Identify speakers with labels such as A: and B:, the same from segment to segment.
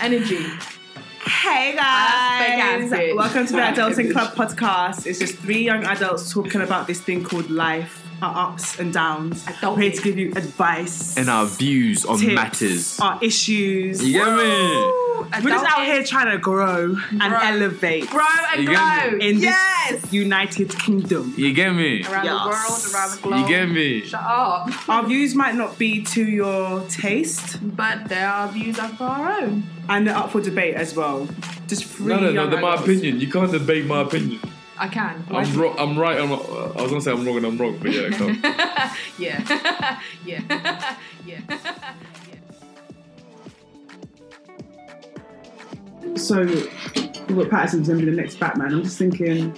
A: energy.
B: Hey
A: That's
B: guys,
A: the garbage.
B: welcome to the
A: That's
B: Adults in
A: garbage.
B: Club podcast. It's just three young adults talking about this thing called life, our ups and downs.
A: Adult.
B: We're here to give you advice
C: and our views on
B: tips,
C: matters.
B: our issues.
C: You get me?
A: Ooh,
B: We're just
A: adult
B: out here
A: is-
B: trying to grow and
A: Grow.
B: elevate
A: Grow and
C: You get
A: glow.
C: me?
B: in
A: yes.
B: this United Kingdom.
C: You get me?
A: Around
B: Yes.
A: the world, around the globe.
C: You get me?
A: Shut up.
B: Our views might not be to your taste,
A: But there are views of our own.
B: and they're up for debate as well. Just free.
C: No, no, no.
B: young
C: They're my
B: adults.
C: opinion. You can't debate my opinion.
A: I can.
C: I'm wrong. I'm right. I'm. not- uh, I was gonna say I'm wrong and I'm wrong, but yeah, come.
A: yeah. yeah. yeah.
B: So, Robert Pattinson's gonna be the next Batman. I'm just thinking,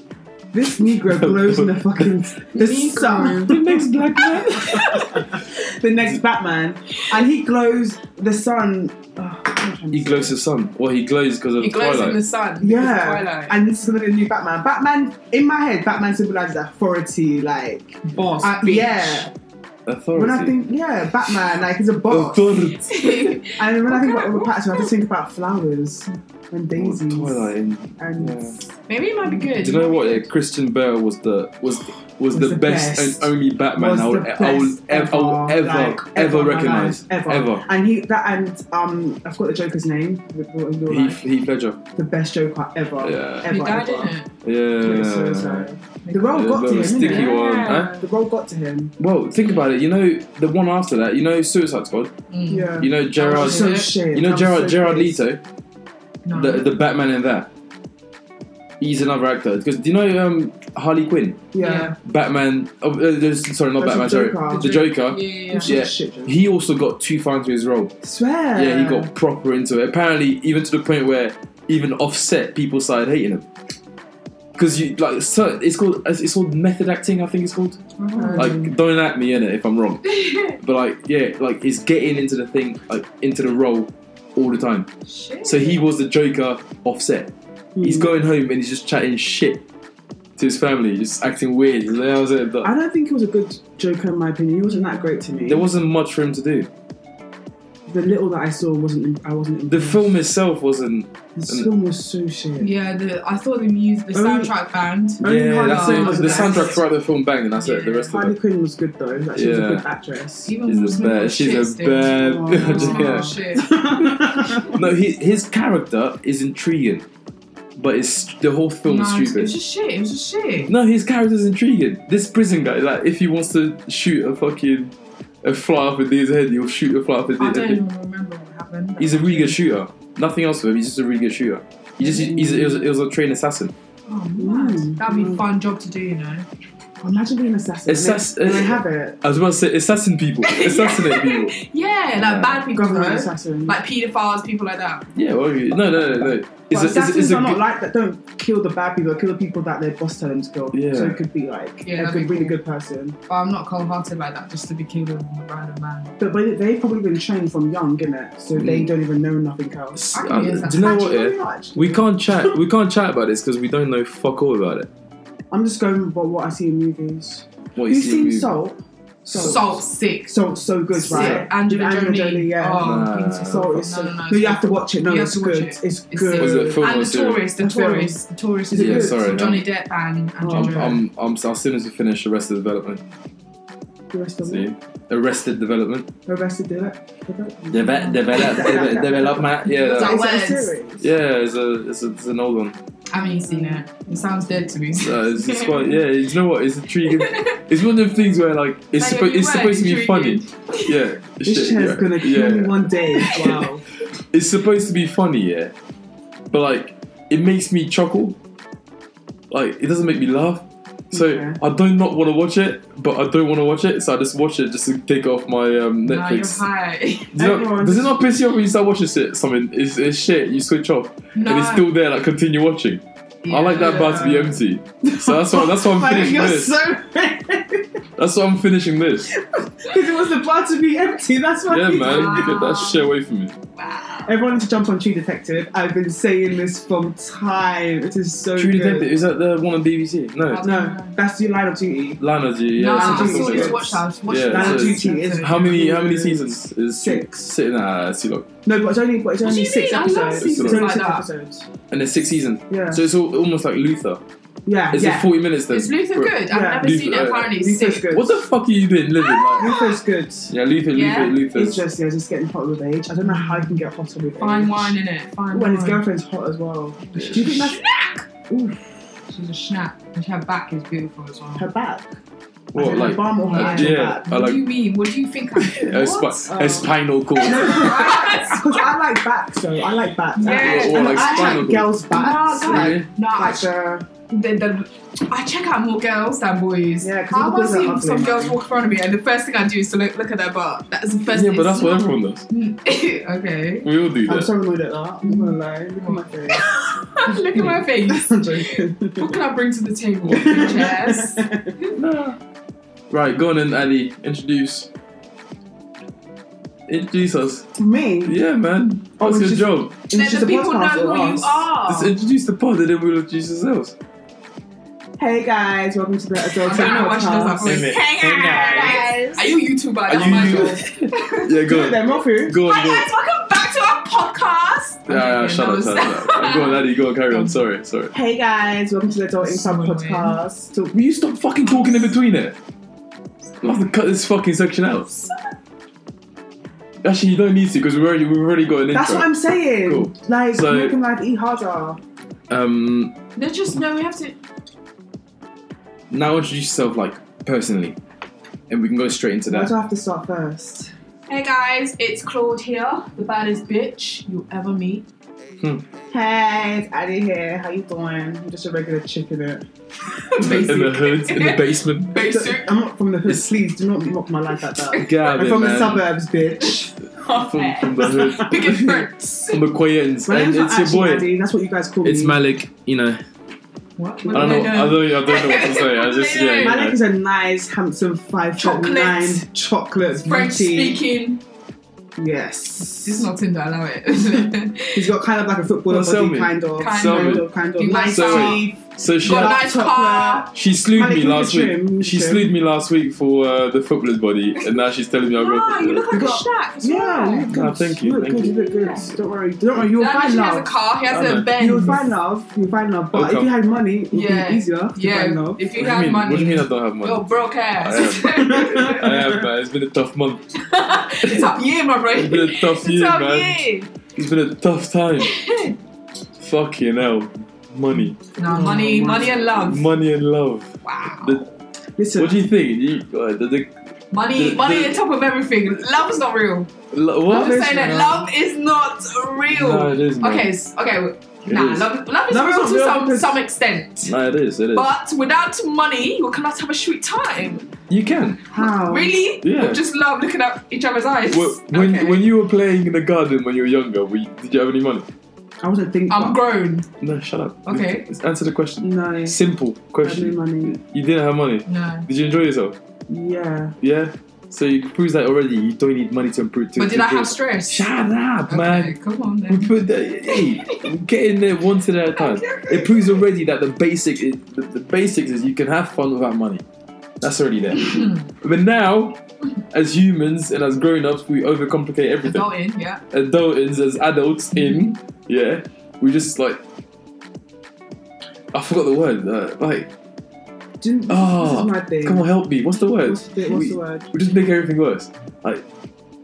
B: this Negro glows in the fucking the
A: Negro.
B: sun. The next black man, the next Batman, and he glows the sun. Oh, I'm trying to-
C: He glows the sun. What he glows because of
A: It glows in the
C: twilight.
A: sun. It's
B: yeah,
A: Twilight.
B: and this is gonna be the new Batman. Batman, in my head, Batman symbolizes authority. Like,
A: boss.
B: uh, yeah. When I
C: Authority.
B: think, yeah, Batman, like he's a boss.
C: Authority.
B: And when I think
A: What
B: about
A: kind
B: Robert
A: of-
B: Pattinson, I just think about flowers and daisies
C: Twilight. and-
B: and.
C: Yeah.
A: Maybe it might be good.
C: Do you know what? Yeah, Christian Bale was the was was, the,
B: the
C: best,
B: best.
C: and only Batman
B: was
C: I
B: the
C: will
B: best
C: I will ever I will ever
B: like,
C: ever,
B: in my
C: recognize
B: life, ever. And he that and um, I've got the Joker's name. with- with your
C: He
B: life.
C: Heath Ledger.
B: the best Joker ever,
C: Yeah.
B: ever,
A: He died,
B: ever.
A: didn't it?
B: Yeah,
C: Yeah.
B: so sorry. The role
C: Yeah,
B: got
C: that
B: to him.
C: was
B: innit?
C: sticky one.
A: Yeah.
B: The role got to him.
C: Well, think about it. You know the one after that. You know Suicide Squad.
A: Mm.
B: Yeah.
C: You know
B: I'm
C: Gerard.
A: That was
B: so
A: yeah.
B: shit.
C: You know
B: I'm
C: Gerard
B: so
C: Gerard
B: pissed.
C: Leto,
A: No.
C: the the Batman in that. He's another actor because do you know um, Harley Quinn,
B: Yeah.
C: Batman? Oh, uh, there's- sorry, not
B: That's
C: Batman.
B: the
C: Sorry,
B: Joker.
C: the Joker.
A: yeah,
B: I'm
A: yeah.
B: so
C: Yeah.
B: shit, Joker.
C: He also got too far into his role.
B: Swear.
C: Yeah, he got proper into it. Apparently, even to the point where even offset people started hating him. Because you like, so it's called it's called method acting. I think it's called.
A: Mm-hmm.
B: Oh.
C: Like, don't at me in it if I'm wrong. but like, yeah, like it's getting into the thing, like into the role all the time.
A: Shit.
C: So he was the Joker offset. He's
A: Hmm.
B: Mm.
C: going home and he's just chatting shit to his family, just acting weird. He's like, "How's it done?"
B: I don't think he was a good Joker in my opinion. He wasn't that great to me.
C: There wasn't much for him to do.
B: the little that I saw wasn't. I wasn't.
C: The
B: impressed.
C: film itself wasn't.
B: This film was so shit.
A: Yeah, the, I saw the music, the
B: Oh, yeah.
A: soundtrack band.
B: Only
C: yeah,
B: Harley
C: that's
B: Quinn
C: it.
B: was
C: The
B: best.
C: soundtrack throughout the film banged, and that's it. The rest of
B: Harley
C: it.
B: Quinn was good though. Like, she was a
C: Yeah.
B: good actress.
A: Even Will
C: She's a
A: Smith
C: bad.
A: was
C: She's
A: shit
C: a
A: still.
C: bad.
B: Oh.
C: yeah.
A: Shit.
C: No, his, his character is intriguing, but it's the whole film
A: No,
C: is
A: it
C: stupid.
A: was just shit. It was just shit.
C: No, his character's intriguing. This prison guy, like, if he wants to shoot a fucking a fly up a dude's head, he'll shoot a fly up a
A: I
C: dude's
A: don't
C: head.
A: even remember what happened.
C: He's a really good shooter. Nothing else with him. He's just a really good shooter. He just he's, he, was, he was a trained assassin.
A: Oh, man.
B: Mm.
A: That'd be a
B: Mm.
A: fun job to do, you know.
B: Imagine being an assassin.
C: Assass-
B: and they have it.
C: I was about to say assassin people, assassinate people.
A: Yeah, like
C: Yeah.
A: bad people,
B: Government
A: though.
B: assassin.
A: Like paedophiles, people like that.
C: Yeah, well, you- no, no, no, no.
B: But
C: It's a, it's, a-
B: assassins
C: it's a
B: are
C: good-
B: not like that. Don't kill the bad people. Kill the people that their boss tell them to kill.
C: Yeah.
B: So it could be like
A: Yeah,
B: a
A: that'd
B: good,
A: be
B: really
A: cool.
B: good person.
A: But I'm not cold-hearted like that, just to be killed on a random man.
B: But, but they've probably been trained from young, innit? So they don't even know nothing else.
A: I
C: Uh,
A: can be an
C: do Mm. you know what?
B: Actually,
C: Yeah,
B: probably not, actually.
C: we can't chat. We can't chat about this because we don't know fuck all about it.
B: I'm just going by what I see in movies.
C: What
B: You've
C: see in
B: seen
C: movies.
B: Salt? Salt.
A: Salt sick.
B: Salt's so good,
A: Sick.
B: right?
A: Angela,
B: With Angelina
A: Jolie.
B: Jolie, yeah.
A: Oh,
C: Nah.
A: beautiful.
B: Salt is
A: no,
B: so.
A: no, no.
B: No, you have to watch it. No,
A: You have
B: it's
A: to watch
B: good.
A: it.
B: It's
A: It's
B: good.
A: serious.
C: Was it a film or
A: and
C: a
A: the
C: series?
A: tourist, the
B: A film.
A: tourist, the tourist
B: Is
A: is
B: it
C: Yeah, um,
B: good?
C: sorry.
A: Johnny Depp and
B: Oh,
A: Andrew.
C: I'm,
A: Jones.
C: I'm, I'm, as soon as we finish Arrested Development,
B: The rest of it.
C: see? Arrested Development.
B: Arrested Development.
C: Deve- develop, deve- development. Yeah,
A: It's
C: that-
A: like-
B: Is it a
A: Words.
B: series?
C: yeah. It's a, it's a, it's an old one.
A: I haven't even seen it. It sounds dead to me.
C: So it's, it's quite. Yeah, you know what? It's intriguing. It's one of the things where like it's
A: Like,
C: suppo-
A: you
C: it's
A: were
C: supposed to be funny.
A: intrigued.
C: Yeah.
B: This
C: shit,
B: chair's
C: yeah,
B: gonna kill
C: yeah.
B: me one day. Wow.
C: It's supposed to be funny, yeah. But like, it makes me chuckle. Like, it doesn't make me laugh. So
B: Okay.
C: I do not want to watch it, but I don't want to watch it, so I just watch it just to take off my um,
A: Nah, you're
C: Netflix.
A: high.
C: Do you know-
B: Everyone-
C: does it not piss you off when you start watching shit? Something it's, it's shit. You switch off,
A: no.
C: and it's still there. Like continue watching. I like that bar to be empty. So that's why that's why I'm
B: Like,
C: finishing
B: you're
C: this.
B: so because
C: That's why I'm finishing this.
B: it was the bar to be empty. That's why.
C: Yeah, man,
A: Wow.
C: get that shit away from me.
A: Wow. Wow.
B: Everyone to jump on True Detective. I've been saying this from time. It is so
C: True
B: good.
C: Detective is that the one on BBC? No,
A: Wow.
B: No, that's your line of duty.
C: Line of Duty.
A: no,
C: Yeah,
A: I
C: it's
B: Line of
A: saw
C: just-
B: Duty.
A: this watch. I was watching
C: Yeah,
B: Line of
A: this.
B: Duty is-
C: How many how many
B: Yes.
C: seasons is
B: Six.
C: Sitting uh, nah, it's too long.
B: No, but it's only but it's
A: What do
B: only
A: you
B: six
A: mean? I love
B: episodes.
C: seasons
B: it's only
A: like
B: six
A: that.
B: episodes.
C: And there's six seasons.
B: Yeah.
C: So it's all, almost like Luther.
B: yeah.
C: It's
A: Uh, Yeah.
C: like 40 minutes then.
A: Is Luther
C: Bro,
A: good? I've
B: Yeah.
A: never seen
C: Luther,
A: it. Apparently, it's
B: Luther's
A: sick.
B: good.
C: What the fuck are you doing living like?
B: Luther's good.
C: Yeah, Luther,
A: Yeah.
C: Luther,
B: It's
C: Luther.
B: just yeah, just getting hotter with age. I don't know how you can get hotter with
A: Fine
B: age.
A: wine in it. Fine
B: When his
A: wine.
B: girlfriend's hot as well. Do you think that's
A: She's a snack, and her back is beautiful as well.
B: her back? I
C: What
B: don't know,
C: like?
B: bum or her
A: uh,
B: eye or
C: Yeah,
B: back?
C: I
A: what do
C: like
A: you mean? What do you think? I'm
C: a,
A: what?
C: spi- a spinal cord.
B: No,
A: Yes.
B: because I like backs though. I like backs.
A: Yeah.
B: I,
C: Or
B: I,
C: like
B: I
C: spinal
B: like girls' backs.
A: No, no.
B: like,
C: Really?
A: No, I,
B: like the,
A: the, the, I check out more girls than boys.
B: Yeah, 'cause all
A: I've
B: the boys are
A: seen
B: ugly,
A: some
B: man.
A: girls walk in front of me, and the first thing I do is to look, look at their butt. That's the first
C: Yeah,
A: thing.
C: but that's what everyone does.
A: okay.
C: We all do
B: I'm
C: that.
B: so annoyed at that. I'm not gonna lie. Look at my face.
A: look at my face.
B: I'm joking.
A: What can I bring to the table? Chess.
C: Nah. Right, go on then, Ali. Introduce. Introduce us.
B: Me?
C: Yeah, man.
B: Oh,
C: That's
B: it's
C: your
B: just-
C: job.
B: It's
A: Let
B: just
A: the
B: a
A: people know
B: podcast
A: who
B: of
A: you
B: us.
C: Just
A: are.
C: introduce the pod and then we'll introduce ourselves.
B: Hey guys, welcome to the Adult
A: I don't know why she does that
B: Podcast.
A: voice. Hey
C: Hey,
A: guys. Are you YouTuber?
C: Are
A: That's
C: you-
A: my
C: you-
A: job.
C: Yeah, go
B: Do it
C: on.
B: then, Mofu.
C: Go
A: Hi
C: on, go on.
A: guys, welcome back to our podcast.
C: Yeah, yeah, shut up, shut up. shut up. Go on, Ali. Go on, carry on. Sorry, sorry.
B: Hey guys, welcome to the Adult
A: So
B: Income
A: annoying.
B: Podcast. So-
C: Will you stop fucking talking in between it? I'll have to cut this fucking section out. Actually, you don't need to because we've already we've already got an
B: That's what
C: intro.
B: I'm saying.
C: Cool.
B: Like,
C: So-
B: making life eat harder.
C: um,
A: They're just no. We have to.
C: now introduce yourself like personally, and we can go straight into
B: Why
C: that.
B: do I have to start first?
A: Hey guys, it's Claude here, the baddest bitch you ever meet.
B: Hey, it's Addie here. How you doing? I'm just a regular chick in it.
C: In the- in the hood, in the basement.
A: Basic.
B: I'm not from the hood.
C: It's-
B: Please do not mock my life like that.
C: Gavin,
B: I'm from
C: man.
B: the suburbs, bitch.
C: From, from the
A: Big and
C: hood.
A: Prince.
C: from the Quayans.
B: My
C: And
B: name's not
C: it's
B: actually
C: your boy.
B: Addie. That's what you guys call
C: It's
B: me.
C: Malik. You know,
A: What?
C: I don't know. I don't. I don't know what to say. I just yeah. you
B: My neck
C: know.
B: is a nice, handsome five foot
A: Chocolate.
B: nine chocolate
A: French
B: beauty.
A: speaking.
B: Yes.
A: This is not Tinder. Allow it.
B: He's got kind of like a footballer
C: Well, sell
B: body,
C: me.
B: kind of,
A: Kind
C: Sell
B: kind
C: me.
B: of, kind of.
A: You
B: Nice
C: sell me.
B: teeth.
C: So she
A: Got a
B: Like
A: nice car.
C: she slewed
B: Malik,
C: me
B: you
C: last
B: can trim,
C: week.
B: you
C: She
B: can
C: slewed me last week for uh, the footballer's body, and now she's telling me I've got.
A: Ah, you look like a
B: Got-
A: snack. as
B: Yeah,
A: well.
B: you look good.
C: Ah, thank you,
B: look
C: thank
B: good.
C: you.
B: look good. Don't worry. Don't worry. You'll
A: That
B: find
A: means He has a
B: love.
A: car. He
C: I
A: has
C: know.
A: a Benz.
B: You'll find love. You'll find love. But
C: Okay.
B: if you had money, it would
A: Yeah.
B: be easier to
A: Yeah.
B: find love.
A: If you
C: what do
A: had
C: you mean?
A: money,
C: What do you mean I don't have money?
A: Your broke ass.
C: I have, man. It's been a tough month.
A: it's up year, my bro.
C: It's been a tough year,
A: up
C: man.
A: year.
C: It's been a tough time. Fucking hell. Money.
A: No, money,
B: Oh,
A: money and love.
C: Money and love.
A: wow.
C: The-
B: Listen,
C: What do you think? You, uh, the, the,
A: money,
C: the-
A: money
C: the-
A: on top of everything. Love is not real.
C: lo-
A: I'm
C: what?
A: just
B: is
A: saying that
B: real.
A: love is not real.
C: No, it is, man.
A: okay, s- okay.
C: It
A: Nah,
C: is.
A: love, love is
B: Love is
A: real
B: not
A: to
B: real
A: some,
B: because-
A: some extent.
C: No, it is. It is.
A: But without money, you cannot have a sweet time.
C: you can.
B: how?
A: Really?
C: Yeah.
A: We Just love looking at each other's eyes.
C: Wh- When,
A: Okay.
C: when you were playing in the garden when you were younger, were you, did you have any money?
B: I wasn't thinking.
A: I'm grown.
C: No, shut up.
A: Okay.
C: Just answer the question.
B: no.
C: Simple
B: I had no
C: question.
B: money.
C: You didn't have money.
A: No.
C: Did you enjoy yourself?
B: Yeah.
C: Yeah. So you proves that already. You don't need money to improve. To,
A: But did
C: to
A: I have
C: improve.
A: stress?
C: Shut up,
A: okay,
C: man.
A: Come on
C: We
A: then.
C: put that. Hey, get in there once at a time. It proves already that the basic, is, the, the basics is you can have fun without money. That's already there. but now, as humans and as grown-ups, we overcomplicate everything.
A: Go in, yeah.
C: Adults, as adults in, yeah, we just like. I forgot the word. Uh, like,
B: Do you, this
C: oh,
B: is my thing.
C: come on, help me. What's the word?
B: What's the, what's
C: We-
B: the word?
C: we just make everything worse. Like,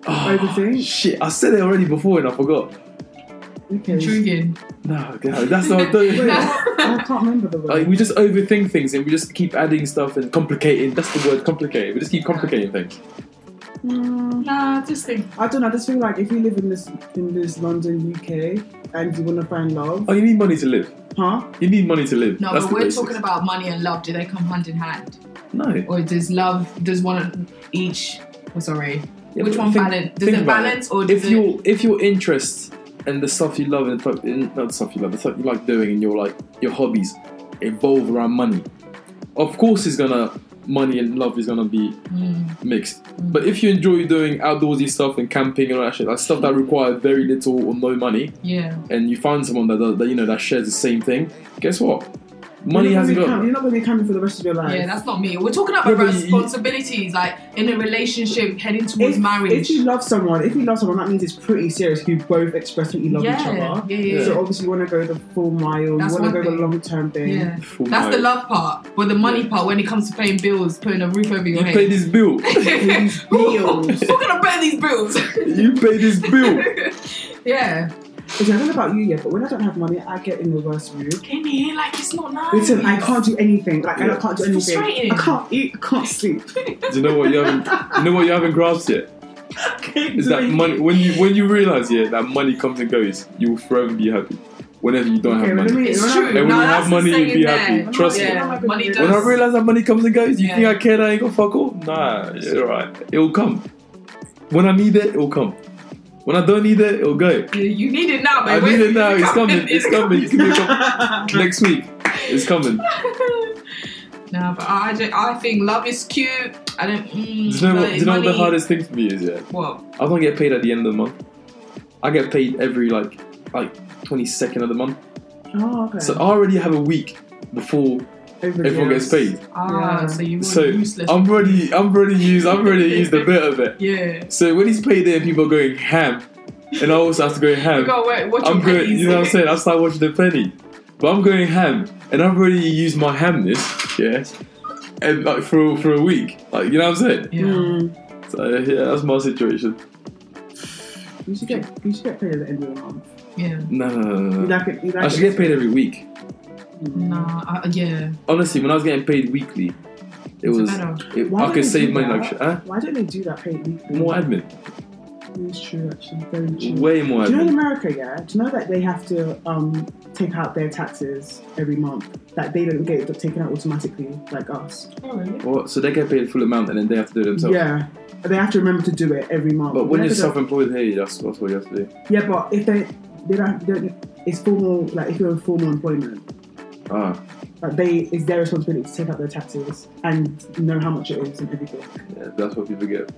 C: oh,
B: Overthink?
C: Shit, I said it already before and I forgot.
B: Okay.
A: Intriguing.
C: No, God, that's not. Don't,
B: Wait, what? I can't remember the
C: like
B: word.
C: we just overthink things and we just keep adding stuff and complicating. That's the word, complicated. We just keep complicating things.
B: Mm,
A: Nah, just think.
B: I don't know. I just feel like if you live in this in this London, UK, and you want to find love,
C: Oh, you need money to live.
B: huh?
C: You need money to live.
A: No,
C: that's
A: but
C: the
A: we're
C: basics.
A: talking about money and love. Do they come hand in hand,
C: no. Yeah,
A: or does love does one each? Oh, sorry. Which
C: but
A: one
C: think-
A: balance? Does
C: think
A: it
C: about
A: balance, or does
C: If
A: it?
C: your if your interests and the stuff you love and the type- in- not the stuff you love, the stuff you like doing and your like your hobbies evolve around money, of course it's gonna money and love is gonna be
A: Mm,
C: mixed. But if you enjoy doing outdoorsy stuff and camping and all that shit, like stuff that require very little or no money,
A: Yeah.
C: and you find someone that, does- that you know that shares the same thing, guess what? Money
B: you're not
C: hasn't
B: gonna be
C: got.
B: cam- You're not going to be coming for the rest of your life.
A: Yeah, that's not me. We're talking about
C: Yeah, but you-
A: responsibilities, like in a relationship, heading towards
B: if,
A: marriage.
B: if you love someone, if you love someone, that means it's pretty serious. You both express that you love
A: yeah,
B: each other.
A: yeah, yeah,
B: So obviously, you want to go the full mile.
A: That's one
B: you want to go the
A: thing.
B: long term
A: yeah.
B: thing.
A: yeah.
C: full
A: That's the
C: marriage.
A: love part, but the money
C: Yeah.
A: part, when it comes to paying bills, putting a roof over your
C: You pay
A: head.
C: this bill.
B: these bills.
A: Who gonna pay these bills?
C: you pay this bill.
A: yeah.
B: Listen, I don't know about you yet, but when I don't have money, I get in the worst mood.
A: In here, like it's not nice.
B: Listen, I can't do anything. Like I
C: Yeah.
B: can't do
A: It's
B: anything.
A: frustrating.
B: I can't eat. I can't sleep.
C: Do you know what you haven't? You know what you haven't grasped yet? Is that money? When you when you realize yeah that money comes and goes, you will forever be happy. Whenever you don't
B: Okay,
C: have
B: well, let
C: money.
B: me-
A: It's
B: when I-
A: true.
B: when
C: And
A: no,
C: when you
A: that's
C: have money,
A: the
C: you'll
A: saying
C: be
A: there.
C: happy. Trust me.
A: yeah.
B: When I-
A: Money
B: when
A: does.
C: When I realize that money comes and goes, you
A: Yeah.
C: think I care that I ain't got fuck all? Nah, you're right. It will come. When I need it, it will come. When I don't need it, it will go.
A: you, you need it now,
C: I
A: babe.
C: need
A: Where's-
C: it now. It's coming. It's coming. Give me a cup. Next week, it's coming.
A: no, but I, ju- I think love is cute. I don't. Mm,
C: Do you know what?
A: but
C: Do you know what the
A: money-
C: hardest thing for me is? Yeah,
A: What?
C: I don't get paid at the end of the month. I get paid every like like twenty second of the month.
B: Oh, okay.
C: So I already have a week before
B: Everybody
C: everyone
B: else.
C: gets paid.
A: Ah,
B: Yeah.
A: so you were
C: So,
A: useless.
C: I'm already I'm already used I've already used a bit of it.
A: yeah.
C: So when he's paid in, people are going ham, and I also have to go
A: You
C: ham.
A: gotta wait, watch
C: I'm
A: your
C: going,
A: pennies.
C: you know what I'm saying? I start watching the penny, but I'm going ham, and I've already used my hamness, yeah, and like for for a week, like you know what I'm saying?
A: Yeah.
B: Mm.
C: So yeah, that's my situation.
B: You should get you should get paid at the end of the month.
A: Yeah.
C: No, no, no, no,
B: You
C: no.
B: like it? Mm. You like
C: Uh, I should get paid every week.
A: Nah. I, yeah.
C: Honestly, when I was getting paid weekly, it was
A: better.
C: it,
B: Why
C: I
B: don't
C: could
B: they
C: save
B: do
C: money like
B: that?
C: shit. Huh?
B: Why don't they do that paid weekly?
C: More admin,
B: It's true, actually. Very true.
C: way more
B: Do you know in
C: admin.
B: America, yeah? Do you know that they have to um, take out their taxes every month? That they don't get it taken out automatically, like us.
A: Oh, really?
C: What? So they get paid full amount and then they have to do it themselves.
B: Yeah. They have to remember to do it every month.
C: But when
B: Whenever
C: you're
B: they-
C: self-employed, hey, that's, that's what you have to do.
B: Yeah, but if they they don't, they don't it's formal like if you're in formal employment,
C: Ah,
B: like they it's their responsibility to take out their taxes and know how much it is and everything.
C: yeah, that's what people get.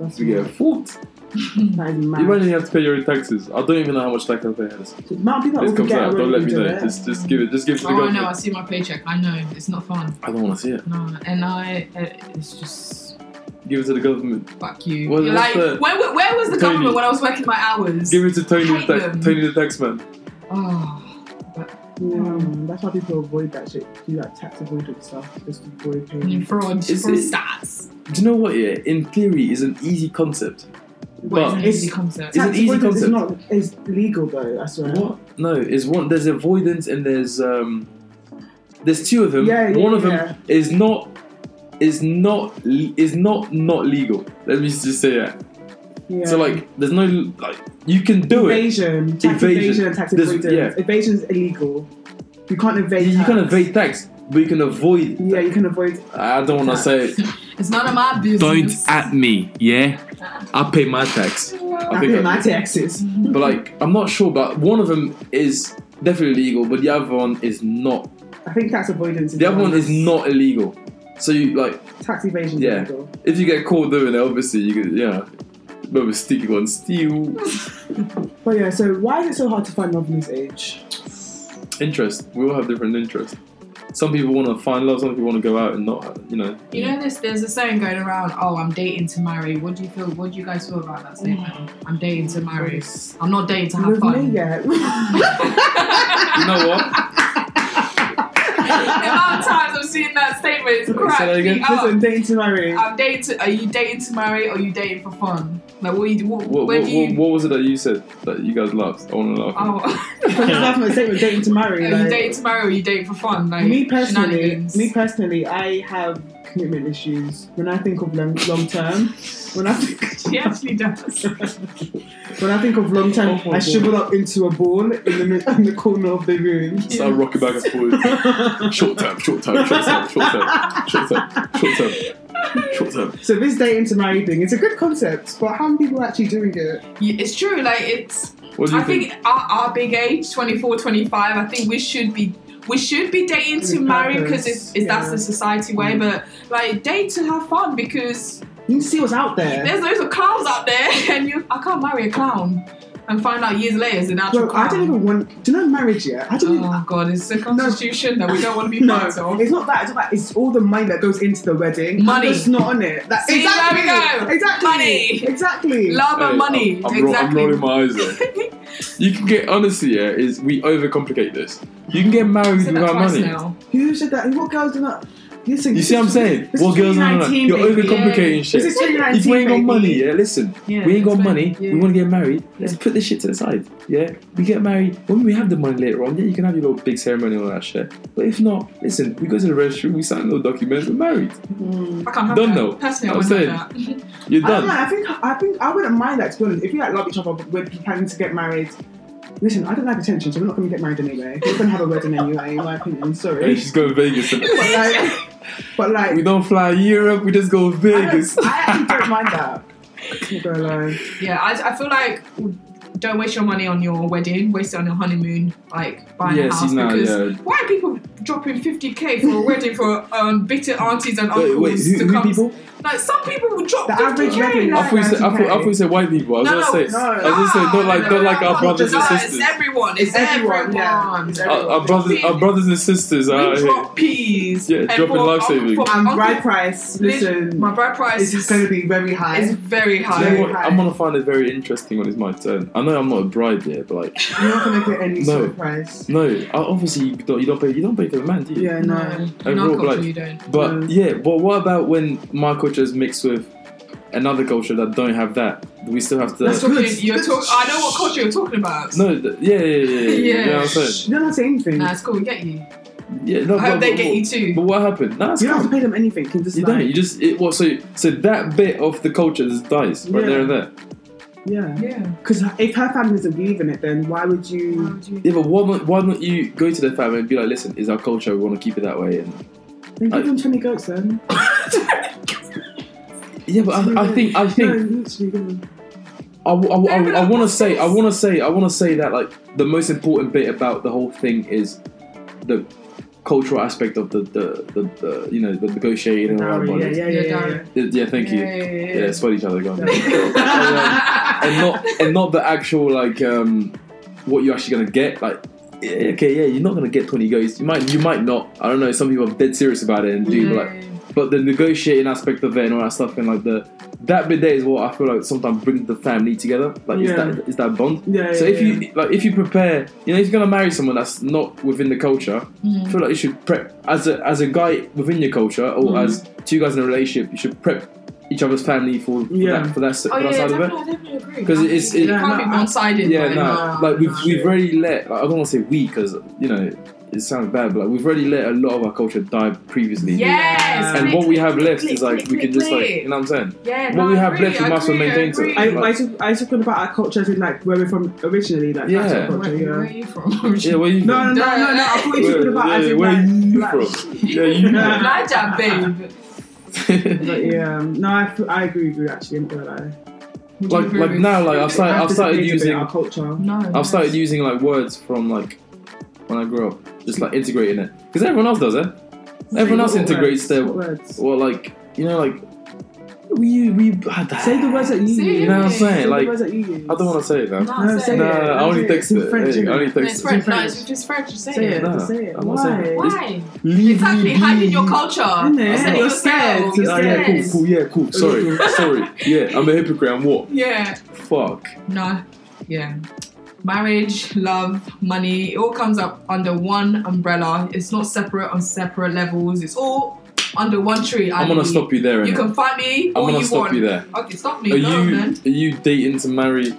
B: That's
C: You get fucked.
B: that is Mm. mad.
C: Imagine you have to pay your own taxes. I don't even know how much tax I pay. This,
B: the amount of people that
C: this
B: would
C: comes
B: get
C: out.
B: away
C: Don't let
B: with
C: me
B: doing
C: know.
B: it.
C: Just, just give it. Just give it to the
A: Oh, I know. I
C: government.
A: see my paycheck. I know it's not fun.
C: I don't want to see it.
A: No, and I, uh, it's just
C: Give it to the government.
A: fuck you.
C: Well,
A: You're like,
C: that's
A: where,
C: the-
A: where, where was the
C: Tony.
A: government when I was working my hours?
C: Give it to Tony,
A: Hate
C: the,
A: them.
C: tax, Tony the tax man.
A: oh,
B: Yeah, man, Mm, that's why people avoid that shit. Do like tax avoidance stuff, just avoid paying.
A: and fraud,
C: Is
A: fraud
C: it-
A: stats.
C: Do you know what? Yeah, in theory, is an easy concept.
A: What is an
C: But
A: easy
B: it's-
A: concept?
C: It's an
B: Tax
C: easy
B: avoidance is
C: concept.
B: not it's legal though. I swear.
C: What? No, is one. There's avoidance and there's um. There's two of them.
B: Yeah, yeah,
C: one of them
B: yeah.
C: is not. Is not le- is not not legal. Let me just say that.
B: Yeah.
C: So like, there's no like you can do it.
B: evasion, tax
C: Evasion.
B: evasion, and tax
C: There's-
B: avoidance. Evasion's illegal. You can't evade.
C: You
B: tax.
C: can evade tax, but you can avoid.
B: Yeah, you can avoid.
C: I don't want
B: Tax.
C: to say. it.
A: It's none of my
C: Don't
A: business.
C: at me, yeah. I pay my tax,
B: I
C: think
B: pay
C: I-
B: my taxes.
C: but like I'm not sure. But one of them is definitely legal, but the other one is not.
B: I think tax avoidance. Is
C: The other one is not illegal. So you like
B: tax evasion.
C: Yeah.
B: Is illegal.
C: if you get caught doing it, obviously you could, yeah. But we're sticking on steel.
B: But yeah, so why is it so hard to find love in this age?
C: Interest. We all have different interests. Some people want to find love. Some people want to go out and not, you know.
A: You know this. There's a saying going around. Oh, I'm dating to marry. What do you feel? What do you guys feel about that
C: Oh.
A: statement? I'm dating to marry. I'm not dating to have
B: With
A: fun.
B: me, yeah.
C: You know what?
A: the amount of times I've seen that statement, it's
C: Say that
A: cracked
C: again.
A: me up.
B: Listen, dating to marry.
A: I'm dating. Are you dating to marry or are you dating for fun? Like, what? You, what,
C: What,
A: where
C: what,
A: do you?
C: what, what was it that you said that you guys laughed? I want to laugh.
A: oh,
B: Because that's my statement. Dating to marry.
A: are you
B: like-
A: dating to marry or are you dating for fun? Like,
B: me personally,
A: shenanigans.
B: me personally, I have commitment issues. When I think of long long term, when I think,
A: she actually does.
B: when I think of long term,
C: Oh my
B: I
C: God.
B: shrivel up into a ball in the mi- in the corner of the room.
C: Start rocking back and forth. Short term, short term, short term, short term, short term, short term, short term.
B: so this dating to marry thing, it's a good concept, but how many people are actually doing it?
A: Yeah, it's true. Like, it's.
C: What do you
A: I think, our, our big age, 24, 25, I think we should be we should be dating to
B: With
A: marry
B: purpose,
A: because it's, it's that's
B: yeah. Mm.
A: the society way. But like, date to have fun because
B: You can see what's out there.
A: there's loads of clowns out there, and you I can't marry a clown and find out years later it's an actual
B: Bro,
A: clown.
B: I don't even want. Do you know marriage yet? I don't even.
A: Oh god, it's a constitution that we don't want to be
B: No,
A: part of.
B: it's not that. It's not that. It's all the money that goes into the wedding.
A: Money.
B: It's not on it. That,
A: See, there
B: exactly.
A: we go.
B: Exactly.
A: Money.
B: Exactly.
A: Love
C: Hey,
A: and money.
C: I'm, I'm, ro- I'm
A: exactly.
C: rolling my eyes. There. You can get honestly, yeah, is we overcomplicate this. You can get
A: I've
C: married
A: said that
C: without
A: twice
C: money.
A: now.
B: Who said that? What girls do that? Listen,
C: You
B: this
C: see what I'm
B: is-
C: saying?
B: this
C: What
B: is
C: girls? No, no, no.
B: 2019,
C: You're
B: baby.
C: overcomplicating
B: This
C: shit.
B: is 2019.
C: If we ain't got
B: baby.
C: money, yeah, listen.
A: Yeah,
C: we ain't got
A: it's
C: money.
A: fine. Yeah.
C: We want to get married. Let's
A: Yeah.
C: put this shit to the side. Yeah, we get married when we have the money later on. Yeah, you can have your little big ceremony and all that shit. But if not, listen, we go to the registry, we sign a little document, we're married.
B: Mm.
A: I can't have
C: Don't
A: that.
C: know.
A: Personally, I
C: I'm
A: wouldn't have that.
C: You're
B: I don't
C: done.
B: know. I think I think I wouldn't mind that. To be honest, if we like love each other, but we're planning to get married. Listen, I don't like attention, so we're not going to get married anyway. We're going to have a wedding anyway, in my opinion.
C: Hey,
B: Sorry.
C: she's going to Vegas.
B: but like, but like,
C: we don't fly Europe. We just go to
B: I, don't-
C: Vegas.
B: I actually don't mind that. I'm not gonna lie.
A: Yeah, I, I feel like don't waste your money on your wedding, waste it on your honeymoon, like buying
C: yeah,
A: a house
C: see now,
A: because
C: yeah.
A: why are people dropping 50k for a wedding for um, bitter aunties and uncles
C: Wait, wait,
A: to
C: who, who
A: come?
C: people?
A: Like some people would drop
B: The
A: 50k.
B: average wedding,
A: like,
C: I thought you said, I thought, I thought you said white people. I was
A: No,
C: gonna say,
B: no,
C: I was gonna say, don't like, don't like our
A: no,
C: brothers
A: no,
C: and
A: no,
C: sisters.
A: It's everyone. It's,
B: It's everyone, yeah.
A: everyone.
B: It's
C: Our, our brothers, our brothers and sisters
A: We
C: are here.
A: drop peas.
C: Yeah,
A: and
C: dropping
A: for-
C: life savings.
A: for-
B: And
A: uncle-
B: Um, bride price, listen,
A: My bride
B: this
A: price
B: is
A: is,
B: going to be very high.
A: is very
C: Do you
A: high.
C: know what?
B: Hi.
C: I'm gonna find it very interesting when it's my turn. I know I'm not a bride yet, but like,
B: You're not going to get any
C: No.
B: sort of price.
C: no, I- obviously you don't, you don't pay, you don't pay for the man, do you?
B: Yeah, no.
A: in
C: Overall,
A: our culture,
C: like-
A: you don't.
C: But
B: Mm.
C: yeah, but what about when my culture is mixed with another culture that don't have that? We still have to.
B: That's
A: You're,
B: good.
A: you're talk- I know what culture you're talking about.
C: no, th- yeah, yeah, yeah, yeah. yeah. You know what I'm saying?
B: You don't have to say anything.
A: Nah, it's cool. We get you.
C: Yeah, no,
A: I
C: but-
A: hope they
C: but-
A: get you too.
C: But what happened? Nah, it's
B: you don't have
C: cool.
B: to pay them anything. You can just
C: You
B: like,
C: don't. You just it. Well, so so that bit of the culture just dies right
B: Yeah.
C: there and there.
B: Yeah.
A: Yeah.
B: Because if her family doesn't believe in it, then why would
A: Why
B: you?
A: would you-
C: Yeah, but why not, why not you go to their family and be like, listen, is our culture, we want to keep it that way. And
B: Then give
C: I-
B: them twenty goats then.
C: yeah, but I, I think I
B: no,
C: think
B: literally give them.
C: I,
A: No, but
C: want to
A: that's-
C: say I want to say I want to say that like the most important bit about the whole thing is the cultural aspect of the the, the, the you know the negotiating and all that.
B: Dowry,
C: bollocks.
B: yeah,
A: Yeah,
B: yeah, yeah,
A: dowry.
B: yeah.
C: Yeah, yeah, thank you.
A: Yeah,
C: Yeah,
A: yeah,
C: spot each other, go on.
B: Yeah.
C: and not and not the actual like um what you're actually gonna get like yeah, okay yeah you're not gonna get 20 goes you might you might not I don't know some people are dead serious about it and do
A: yeah.
C: like but the negotiating aspect of it and all that stuff and like the that bit there is what I feel like sometimes brings the family together. Like is
B: Yeah.
C: that is that bond.
B: Yeah, yeah,
C: So if
B: yeah.
C: you like if you prepare, you know, if you're gonna marry someone that's not within the culture,
A: Mm.
C: I feel like you should prep as a as a guy within your culture or
B: Mhm.
C: as two guys in a relationship, you should prep each other's family for, for
B: Yeah.
C: that for that, for
A: Oh, yeah,
C: that side
A: definitely,
C: of
A: I
C: it.
A: definitely agree.
C: 'Cause it's-
A: it
C: it-
A: can't be
B: Yeah, no,
A: one sided.
C: Yeah,
A: like,
C: no,
A: nah,
C: like we've,
A: nah.
C: we've already let like, I don't want to say we because you know it sounds bad, but like we've already let a lot of our culture die previously.
A: Yes,
C: And
A: click,
C: what we have
A: click,
C: left
A: click,
C: is like
A: click,
C: we can
A: click,
C: just like
A: click.
C: you know what I'm saying.
A: yeah,
C: what
A: no,
C: we
A: I
C: have
A: agree,
C: left, we
A: I
C: must
A: agree,
C: maintain to it.
B: I,
A: agree.
B: I, used to, I used to think about our culture as in like where we're from originally, like that's
C: Yeah.
B: our culture,
A: Where, where are
B: yeah.
A: you from?
C: Yeah, where you
B: No, no,
C: from?
B: no, no, no. I thought you were talking about as
C: yeah,
B: in
C: where
B: like,
C: you
B: like-
C: from? yeah, you.
A: Niger, babe.
B: But yeah, um, no, I, f- I agree with you actually. I'm not gonna
A: Would
B: lie.
A: you
C: Like-
A: agree
C: like
A: with-
C: now, like, I've started-
B: I
C: I've started
B: disagree with a bit
C: using-
B: our culture.
A: No.
C: I've started using like words from like when I grew up, just like integrating it because everyone else does it. Everyone else
B: What words?
C: integrates their
B: What words.
C: or like you know like we we ah, that-
B: Say the words that you
A: See?
B: use.
A: You know what I'm
C: saying?
B: Say the
C: Like,
B: words that you use.
C: I don't want to say it now.
A: No,
B: No,
A: say
B: say
A: it.
B: it.
C: No, I only
B: It's
C: text
B: in
C: it.
B: French, you
C: Hey, I
B: know.
C: only
A: No, it's
C: text it.
A: French. No,
B: French.
A: it's just French. Just say
B: Say
A: it.
B: it.
C: No,
B: just say it.
C: I'm not saying
B: Why?
C: it.
A: Why?
C: Leave me
A: Exactly. Hide in your
C: be.
A: culture.
B: Innit?
A: Sell it
C: You're
A: yourself.
B: scared.
C: Ah, yeah, cool,
A: Yes.
C: cool, yeah, cool. Sorry, sorry. Yeah, I'm a hypocrite. I'm what?
A: Yeah.
C: Fuck.
A: No. Yeah. Marriage, love, money, it all comes up under one umbrella. It's not separate on separate levels. It's all under one tree. I
C: I'm gonna
A: believe.
C: stop you there.
A: You
C: innit?
A: can find me
C: I'm
A: all
C: gonna
A: you
C: stop
A: want.
C: you there.
A: Okay, stop me.
C: Are
A: Go on,
C: you
A: then.
C: are you dating to marry?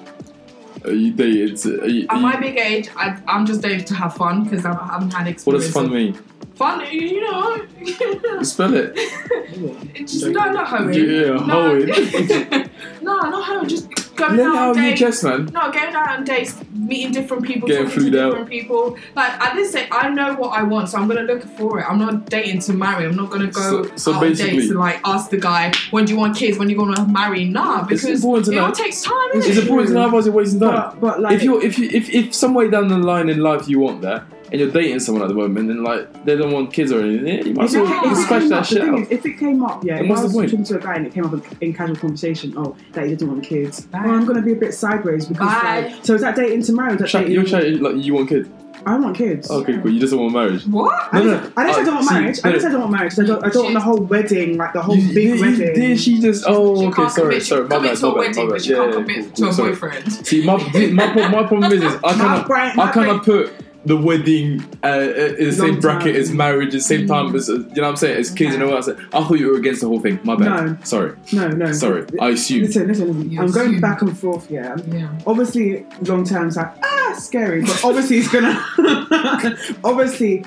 C: Are you dating to? Are you,
A: At
C: are
A: my
C: you-
A: big age, I, I'm just there to have fun because I haven't had experience.
C: what does fun mean?
A: of- Fun, you- you know.
C: Spell it.
A: It's just no, not hoeing.
C: Yeah, hoeing.
A: no, not hoeing. Just going
C: Let
A: out
C: out
A: on
C: your
A: dates.
C: chest, man.
A: No, going out on dates, meeting different people,
C: Getting
A: talking to
C: food out.
A: different people. Like at this stage, I know what I want, so I'm gonna look for it. I'm not dating to marry. I'm not gonna go
C: So- so
A: out on
C: basically-
A: dates and like ask the guy, when do you want kids? When you gonna marry? Nah,
C: It's
A: because
C: important to
A: it all
C: know.
A: takes time.
C: It's
A: Isn't it?
C: important to know otherwise you're wasting time.
B: But, but like,
C: if you are if you if if some way down the line in life you want that, and you're dating someone at the moment, and then like they don't want kids or anything, yeah, you might as
B: If it
C: well
A: not-
B: came- if it
C: scratch
B: came
C: that
B: up- the
C: shit
B: thing
C: out.
B: is, If it came up, yeah,
C: Then
B: if
C: what's
B: I
C: the
B: was
C: point?
B: talking to a guy and it came up in- in casual conversation, oh, that he doesn't want kids.
A: Bye.
B: Oh, I'm gonna be a bit sideways because.
A: Bye.
B: like- so is that dating to marriage? Is that
C: Chat,
B: dating-
C: you're chatting like you want kids.
B: I want kids.
C: Okay, cool. You just don't want marriage.
A: What?
B: I
C: No,
B: didn't, I
C: no,
B: didn't say I
C: I-
B: don't want
C: see,
B: marriage. I
C: no.
B: didn't say I don't want marriage. 'cause I don't, I don't want the whole wedding, like the whole
C: You-
B: big
C: you- you-
B: wedding.
C: did she just? Oh,
A: she
C: okay.
A: can't
C: Sorry,
A: commit,
C: sorry.
A: she
C: My
A: can commit
C: bad.
A: to a
C: My bad.
A: wedding,
C: My
A: but
C: bad.
A: she
C: Yeah,
A: can't
C: yeah,
A: commit
C: cool,
A: to
C: cool,
A: a
C: sorry.
A: boyfriend.
C: See, my my problem- my problem is, is
B: my
C: I kind of
B: brain, my
C: I kind
B: brain-
C: of put the wedding uh, uh, in the same
B: Long
C: bracket
B: time.
C: as marriage, at the same
A: Mm.
C: time as uh, you know what I'm saying, as kids and all that. stuff. I thought you were against the whole thing. My bad.
B: No.
C: Sorry,
B: No, no.
C: sorry. I assumed.
B: Listen, listen, listen.
A: You
B: I'm
A: assume.
B: going back and forth, yeah.
A: Yeah.
B: Obviously, long term's like, ah, scary. But obviously, it's gonna. obviously,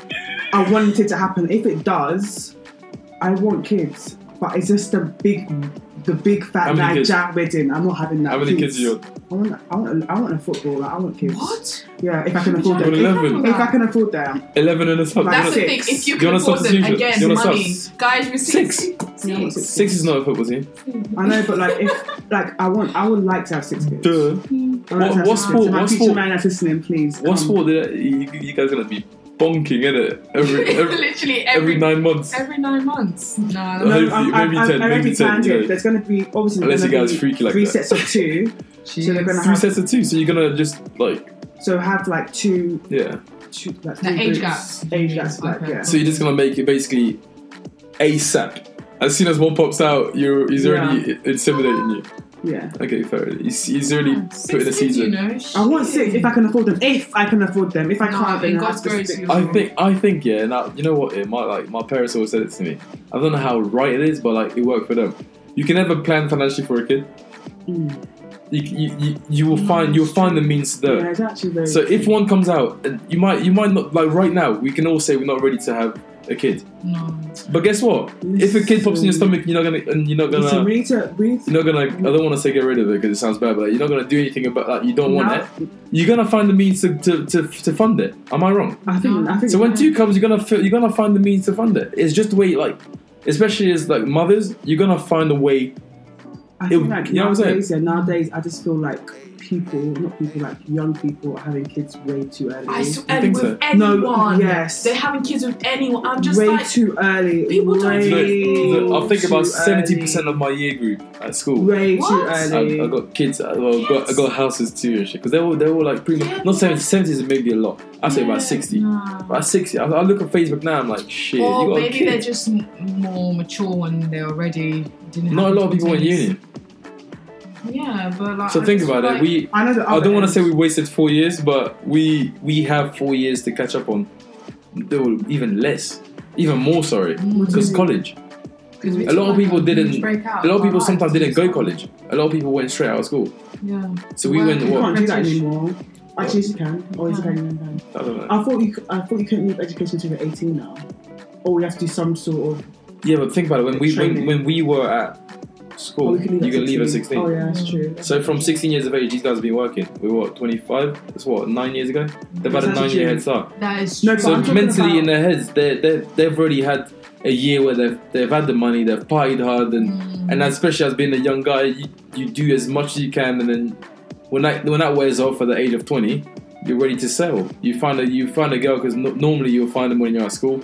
B: I want it to happen. If it does, I want kids. But it's just the big, the big
C: How
B: fat
C: many
B: Nigerian
C: kids?
B: wedding. I'm not having that.
C: How many kids
B: please.
C: are you?
B: I want, a- I want, a, I want a footballer. I want kids.
A: What?
B: Yeah, if I can afford
C: Well,
B: them.
C: eleven.
B: If I can afford them,
C: Eleven and a sub.
B: Like
A: That's the
B: six.
A: thing. If you
C: You
A: can
C: wanna
A: afford them,
C: substitute it?
A: again,
C: You wanna
A: money.
C: subs-
A: Guys, we six.
C: Six.
B: Yeah,
A: Six.
B: six.
C: Six is not a football team.
B: I know, but like, if like, I want, I would like to have six kids. I
C: Duh.
B: would like to have
C: What- what
B: six kids.
C: sport-
B: If my
C: what
B: future
C: sport-
B: man that's listening, please.
C: What
B: come.
C: sport did I, you, you guys gonna be bonking in it every every,
A: Literally
C: every
A: every
C: nine months?
A: every nine months. Nah,
C: No,
A: no.
C: Maybe- maybe 10,
B: I
C: maybe
B: already
C: 10,
B: planned
C: yeah.
B: it. There's going to be obviously
C: Unless you
B: gonna
C: guys
B: be
C: freaky like
B: three
C: that.
B: sets of two. so they're going to
C: Three
B: have
C: sets of two, so you're gonna just like
B: so have like two,
C: yeah.
B: two
A: The
B: like three
A: age
B: groups.
A: gap.
B: age gaps like
A: Okay.
B: yeah.
C: So you're just gonna make it basically ASAP. As soon as one pops out, you're he's already i- intimidating you.
B: yeah.
C: Okay, fair. He's, he's already
A: Six
C: put in a
A: kids,
C: season.
A: You know?
B: I want six if I can afford them. If I can afford them, if I
A: No,
B: can't, then
A: in
B: I
A: God's
B: have to
A: grace,
B: stick-
A: you-
C: I think I think yeah. Now you know what? It might like my parents always said it to me. I don't know how right it is, but like it worked for them. You can never plan financially for a kid.
B: Mm.
C: You you, you, you
A: Mm,
C: will find you'll find the means to do it.
B: Yeah, it's actually very.
C: So if one comes out, and you might you might not like right now. We can all say we're not ready to have a kid.
A: No.
C: But guess what? If a kid pops in your stomach, you're not gonna and you're not
B: Listen,
C: gonna
B: we need to we need to
C: you're not gonna. I don't want to say get rid of it because it sounds bad, but like, you're not gonna do anything about that. you don't want
B: now-
C: it. You're gonna find the means to, to, to, to fund it. Am I wrong?
B: I think I think
C: So when two comes, you're gonna fi- you're gonna find the means to fund it. It's just the way like, especially as like mothers, you're gonna find a way.
B: I
C: It-
B: think like
C: you know what I'm
B: nowadays, yeah, nowadays I just feel like people, not people, like young people are having kids way too early.
A: I saw
C: think
A: and with
C: so?
A: anyone.
B: No, yes.
A: They're having kids with anyone. I'm just
B: way
A: like,
B: too early.
A: People don't
B: way
A: think-
C: Look, I think about
B: too
C: seventy percent
B: early.
C: of my year group at school.
B: Way
A: What?
B: too
C: I,
B: early.
C: I got kids. I, well, I got I got houses too and shit. Because they were they were like pretty much
A: Yeah,
C: not
A: but
C: 70,
A: that's-
C: 70 is maybe a lot. I say
A: yeah,
C: about sixty.
A: nah.
C: About sixty. I, I look at Facebook now. I'm like shit.
A: Or
C: you got a
A: maybe they're
C: kid.
A: just m- more mature when they already didn't.
C: Not a
A: have
C: lot of people in
A: kids.
C: union.
A: Yeah, but like.
C: So
A: I
C: think
A: just
C: about
A: feel
C: it.
A: like-
C: We
B: I know that.
C: I don't want to say we wasted four years, but we we have four years to catch up on. They were even less, even more. Sorry,
B: Mm-hmm.
A: Mm,
C: because college.
A: because we
C: a
A: took,
C: lot of
A: like,
C: people
A: huge
C: didn't-
A: breakout
C: A lot
A: of
C: of people
A: our
C: sometimes
A: lives.
C: didn't go college. A lot of people went straight out of school.
A: Yeah.
C: So we
A: Well,
C: went
A: you
B: You
C: what?
B: can't do that
A: British.
B: anymore. Actually, yes, you can. Or yes, you can. you can.
C: I don't know.
B: I thought you. c- I thought you couldn't leave education until you're 18 now. Or we have to do some sort of.
C: Yeah, but think about it. When we when,
B: Training.
C: when we were at
B: or
C: school,
B: Oh, we
C: Oh, you can leave at sixteen.
B: Oh yeah, that's true.
C: So from 16 years of age, these guys have been working. We were what 25? That's what nine years ago. They've had a
B: That's
C: nine year
B: true.
C: head start.
A: That is true.
B: No, But
C: So
B: I'm talking
C: mentally
B: about-
C: in their heads, they they they've already had a year where they've they've had the money, they've partied hard, and
A: Mm.
C: and especially as being a young guy, you, you do as much as you can, and then when that when that wears off at the age of 20, you're ready to settle. You find a you find a girl because no, normally you'll find them when you're at school.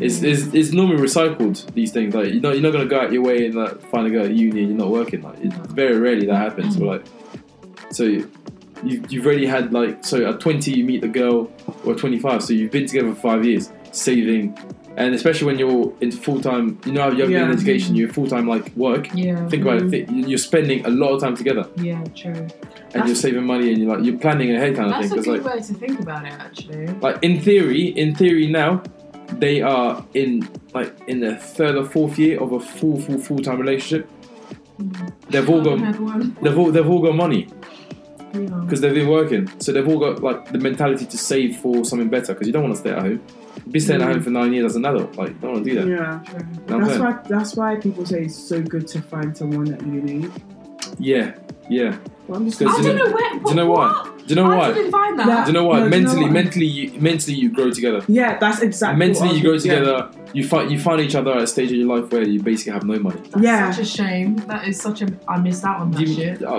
C: It's, it's, it's normally recycled these things like you know you're not gonna go out your way and like, find a girl at uni and you're not working like it's
A: No. Mm.
C: very rarely that happens but like so you, you've already had like so at 20 you meet the girl or 25 so you've been together for five years saving and especially when you're in full-time you know how you have been in
B: Yeah.
C: education you're full-time like work
A: yeah,
C: Think about it. thi- You're spending a lot of time together,
A: yeah, true.
C: and
B: That's-
C: you're saving money, and you're like you're planning ahead, kind of
A: That's
C: thing.
A: a
C: 'Cause,
A: good
C: like,
A: way to think about it, actually.
C: like in theory, in theory now, they are in like in the third or fourth year of a full, full, full time relationship. They've all
A: I
B: Mm-hmm.
C: got,
A: had one.
C: they've all, they've all got money
A: Yeah.
C: because they've been working. So they've all got like the mentality to save for something better because you don't want to stay at home. You've been staying at home for nine years as an adult. Like, you don't want to do that.
B: Mm. Yeah.
A: True.
C: You know what I'm
B: That's
C: saying?
B: why. That's why people say it's so good to find someone at uni.
C: Yeah, yeah.
B: Well, I'm just
C: Because
A: I
C: do
A: don't
C: you-
A: know where.
C: Do you know why? Do you know
A: I
C: why? Do
A: didn't find that.
B: Yeah.
C: you know why?
B: No, do you know
C: mentally,
B: why?
C: mentally, you, mentally, you grow together.
B: Yeah, that's exactly.
C: mentally,
B: what
C: you grow
B: I- yeah.
C: together. You find you find each other at a stage in your life where you basically have no money.
A: That's
B: Yeah.
A: such a shame. That is such a. I missed out on that
C: You,
A: shit.
C: I,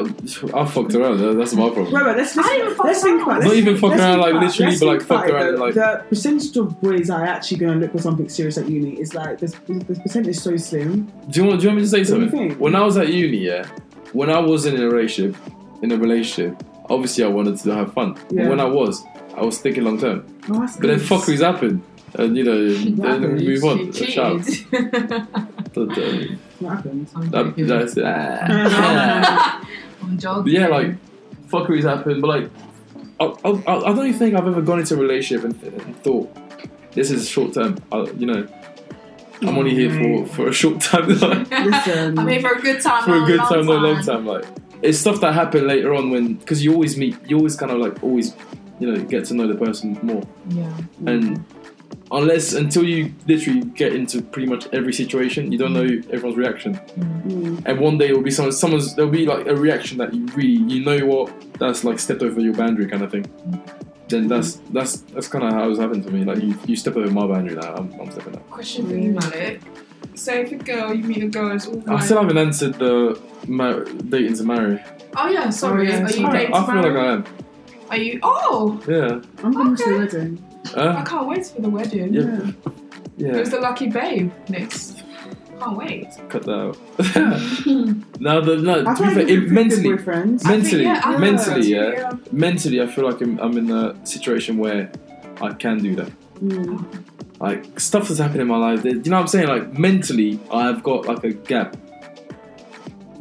C: I fucked around. that- That's my problem.
B: Wait, wait, let's, let's,
A: I didn't fuck
B: let's think about
A: around.
B: it.
C: Not even fuck
B: Let's
C: around,
B: think
C: like
B: about it.
C: literally,
B: Let's
C: but like
B: think
C: fuck
B: about it,
C: around,
B: though.
C: like
B: the percentage of boys that are actually going to look for something serious at uni is like this. This percentage is so slim.
C: Do you want? Do you want me to say
B: do you
C: something?
B: think?
C: When I was at uni, yeah, when I was in a relationship, in a relationship, obviously I wanted to have fun.
B: Yeah.
C: But when I was, I was thinking long term.
B: Oh, that's
C: But then
B: good.
C: fuckeries happened, and you know, then
B: happened?
C: we move on.
A: She
C: Shout.
A: cheated.
C: That- that-
B: What happened?
C: that- that's it.
B: Yeah.
A: I'm joking.
C: Yeah, like fuckeries happen, but like I, I, I I don't think I've ever gone into a relationship and, and thought this is short term. I, you know, I'm only here for
B: Mm.
C: for a short time, like,
B: Listen.
A: I mean, for a good time.
C: for a
A: not
C: good
A: Oh, long
C: time, not a long time. Like it's stuff that happened later on when because you always meet, you always kind of like always you know get to know the person more
A: Yeah.
C: and. Unless until you literally get into pretty much every situation, you don't know everyone's reaction.
B: Mm.
C: And one day it'll be someone, someone's there'll be like a reaction that you really, you know what, that's like stepped over your boundary kind of thing. Then
A: Mm.
C: that's that's that's kind of how it's happened to me. Like you, you step over my boundary now, I'm, I'm stepping up.
A: Question for you, Malik. So if a girl, you meet a girl, it's all
C: I
A: like-
C: still haven't answered the mar- dating to marry.
A: Oh yeah, sorry.
B: Oh, yeah,
A: Are you
B: sorry.
C: I,
A: dating?
C: I feel like I am.
A: Are you? Oh,
C: Yeah.
B: I'm going to the
A: Okay.
B: wedding.
A: I
C: Huh?
A: can't wait for the wedding.
C: Yeah.
B: Yeah.
A: Who's
C: Yeah.
A: the lucky babe next? Can't wait.
C: Cut that out. no, the, no.
B: I feel
C: To be
B: like
C: fair,
B: if you
C: it,
B: pick
C: mentally,
B: your boyfriend.
A: I think,
C: mentally,
A: yeah, I-
C: mentally, yeah,
A: yeah.
C: mentally, I feel like I'm, I'm in a situation where I can do that.
B: Mm.
C: like stuff that's happened in my life. that- You know what I'm saying? Like mentally, I've got like a gap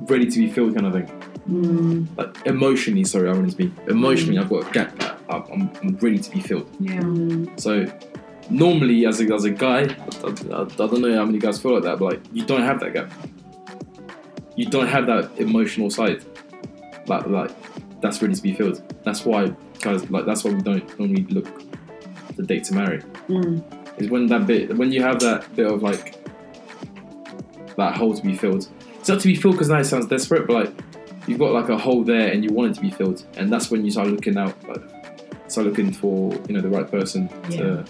C: ready to be filled, kind of thing.
B: Mm.
C: Like emotionally, sorry, I want to speak. Emotionally, I've got a gap that I'm, I'm- I'm ready to be filled.
A: Yeah.
B: Mm.
C: So normally, as a as a guy, I, I- I don't know how many guys feel like that, but like you don't have that gap. You don't have that emotional side. Like like that's ready to be filled. That's why guys like that's why we don't normally look to date to marry
B: Mm.
C: is when that bit when you have that bit of like that hole to be filled. It's not to be filled because now it sounds desperate, but like you've got like a hole there and you want it to be filled, and that's when you start looking out, like start looking for you know the right person. To,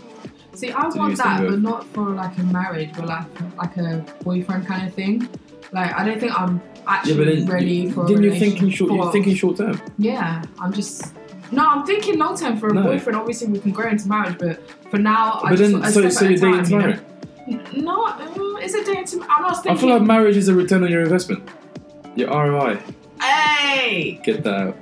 A: See, I
C: Did you
A: want
C: used to
A: that,
C: go-
A: but not for like a marriage, but like like a boyfriend kind of thing. Like I don't think I'm actually ready for. a
C: then you're
A: relation-
C: thinking short. You're
A: for-
C: thinking short term.
A: Yeah, I'm just. No, I'm thinking long term for a
C: No.
A: boyfriend. Obviously, we can grow into marriage, but for now, I
C: but
A: just
C: then
A: a
C: so
A: step
C: so
A: at
C: you're
A: a time,
C: dating tomorrow.
A: you know? N- No, um, is it dating tomorrow? I'm not
C: I
A: thinking.
C: feel like marriage is a return on your investment. Your ROI.
A: hey,
C: Get that out.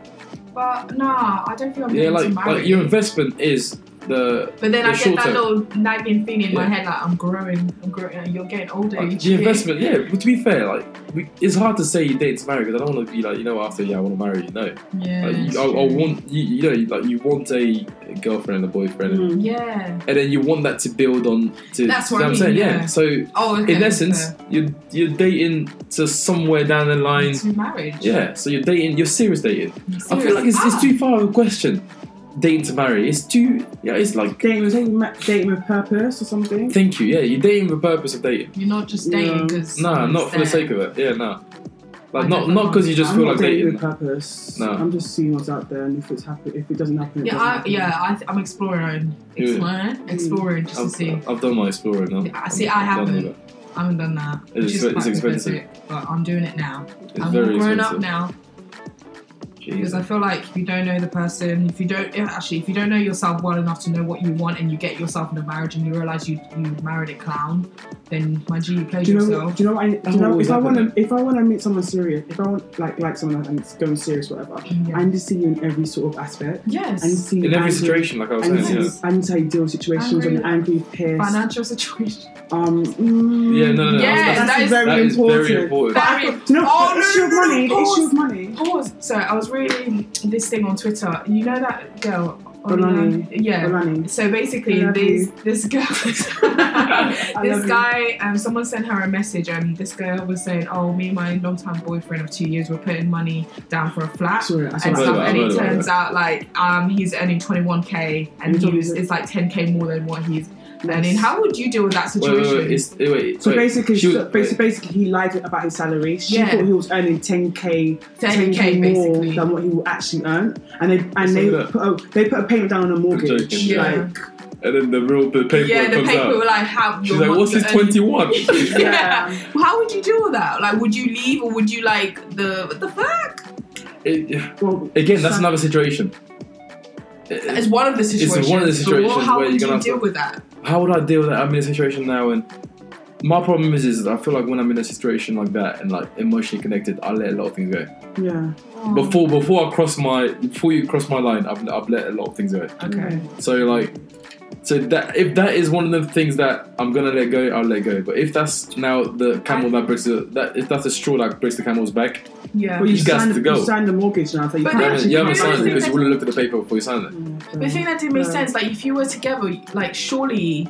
A: but nah, I don't think I'm
C: Yeah,
A: dating
C: like
A: tomorrow.
C: like your investment is the
A: But then
C: the
A: I get
C: short
A: that
C: term.
A: little nagging thing in my
C: Yeah.
A: head, like I'm growing, I'm growing, and you're getting older.
C: Like,
A: each
C: the
A: year.
C: investment, yeah. But to be fair, like we, it's hard to say you date to marry because I don't want to be like you know after yeah I want to marry you no.
A: Yeah.
C: Like,
A: it's
C: you, I, I
A: true.
C: want you, you know like you want a girlfriend and a boyfriend and-
B: Mm.
A: Yeah.
C: and then you want that to build on to.
A: That's
C: you
A: what
C: know
A: I
C: I'm
A: mean,
C: saying.
A: yeah.
C: So in
A: Oh, okay.
C: essence,
A: so-
C: you you're dating to somewhere down the line.
A: to marriage.
C: Yeah. So you're dating. You're serious dating. I feel like it's,
A: Ah,
C: it's too far of a question. Dating to marry. It's too. Yeah. It's like.
B: Dating, with- dating, ma- dating with purpose or something.
C: Thank you. Yeah. You're dating for the purpose of dating.
A: Ah! You're not just dating
B: No.
A: because.
C: No, not for the sake of it. Yeah. No. Like
A: I
C: not
A: definitely
C: not because you just
B: I'm
C: feel
B: not
C: like
B: dating
C: dating.
B: with purpose.
C: No.
B: I'm just seeing what's out there, and if it's happen, if it doesn't happen, it
A: Yeah,
B: doesn't
A: I,
B: happen.
A: yeah, I th- I'm exploring,
C: Yeah. Mm.
A: exploring, exploring just to see.
C: I've, I've done my exploring now.
A: Yeah, I see, I
C: I've done
A: haven't.
C: all that.
A: I haven't done that.
C: It's
A: which is
C: expe-
A: quite
C: it's expensive.
A: pathetic, but I'm doing it now.
C: It's
A: I'm
C: very
A: grown
C: expensive.
A: up now because I
C: Jesus.
A: feel like if you don't know the person, if you don't yeah, actually, if you don't know yourself well enough to know what you want, and you get yourself in a marriage and you realize you you married a clown, then my G, you played
B: Do you know?
A: yourself.
B: Do you know? What I, do
C: That
B: you know
C: always
B: if I want
C: happen.
B: to, if I want to meet someone serious, if I want like like someone and it's going serious, whatever, I
A: yeah.
B: need to see you in every sort of aspect.
A: Yes.
B: I need to see you
C: In every
B: angry.
C: situation, like I was
B: I need,
C: saying.
B: to,
C: Yeah.
A: Yes.
B: I need to deal with situations when you're angry, pissed.
A: Financial situation.
B: Um, mm,
C: Yeah, no, no, no.
A: Yeah,
C: that's-
A: that is-
B: that's very
C: that is
B: important.
C: very important.
B: But I
A: Very-
B: thought- do you know,
A: Oh,
B: it's
A: no,
B: your
A: no, no,
B: money.
A: no,
B: It's your
A: pause.
B: money.
A: Pause. So I was reading this thing on Twitter. You know that girl.
B: Olani.
A: Yeah.
B: Olani.
A: So basically,
B: I love
A: this
B: you.
A: this girl,
B: I
A: this
B: love you.
A: guy, um, someone sent her a message, and this girl was saying, "Oh, me and my long-time boyfriend of two years were putting money down for a flat."
B: Sorry, I saw
A: And
C: I've heard
A: stuff,
B: that.
A: and
C: about it, I've
A: it
C: heard about
A: turns out like um he's earning 21k, and
B: You're
A: he
B: talking
A: was
B: to-
A: it's like 10k more than what he's I mean, how would you deal with that
C: Wait,
A: situation?
C: wait, wait. It's, wait, wait
B: So
C: wait.
B: basically,
C: She was-
B: so basi- basically, he lied about his salary. She
A: Yeah.
B: thought he was earning 10k,
A: 10K,
B: 10K more
A: basically.
B: than what he will actually earn, and they and
C: So
B: they
C: look.
B: put a, they put a payment down on a mortgage.
C: joking.
A: Yeah.
B: Like,
C: and then the real the paper
A: yeah, the
C: comes
A: paper
C: out.
A: were like, how?
C: She's like, what's this twenty one?
A: Yeah.
B: yeah.
A: Well, How would you deal with that? Like, would you leave or would you like the what the fuck?
B: Well,
C: Again, that's
B: So-
C: another situation. Uh,
A: It's one of the situations.
C: one of the
A: but what-
C: situations
A: how
C: where
A: would
C: you're
A: you
C: gonna
A: deal
C: have to-
A: with that?
C: How would I deal with that? I'm in a situation now, and my problem is, is I feel like when I'm in a situation like that and like emotionally connected, I let a lot of things go.
B: yeah.
A: Mm.
C: Before before I cross my before you cross my line, I've, I've let a lot of things go.
A: Okay.
C: So like, so that if that is one of the things that I'm gonna let go, I'll let go. But if that's now the camel that breaks the that if that's the straw that breaks the camel's back,
A: Yeah.
B: Well, you,
C: He's got
B: signed
C: to
B: the,
C: go.
B: you signed the mortgage now, so you
A: But then-
B: can't
C: you haven't,
B: actually.
C: you haven't
A: Yeah,
C: signed it
A: I
C: because you
A: think
C: wouldn't look at the paper before you signed it.
B: Mm,
A: The thing that didn't make
B: Yeah.
A: sense, like if you were together, like surely,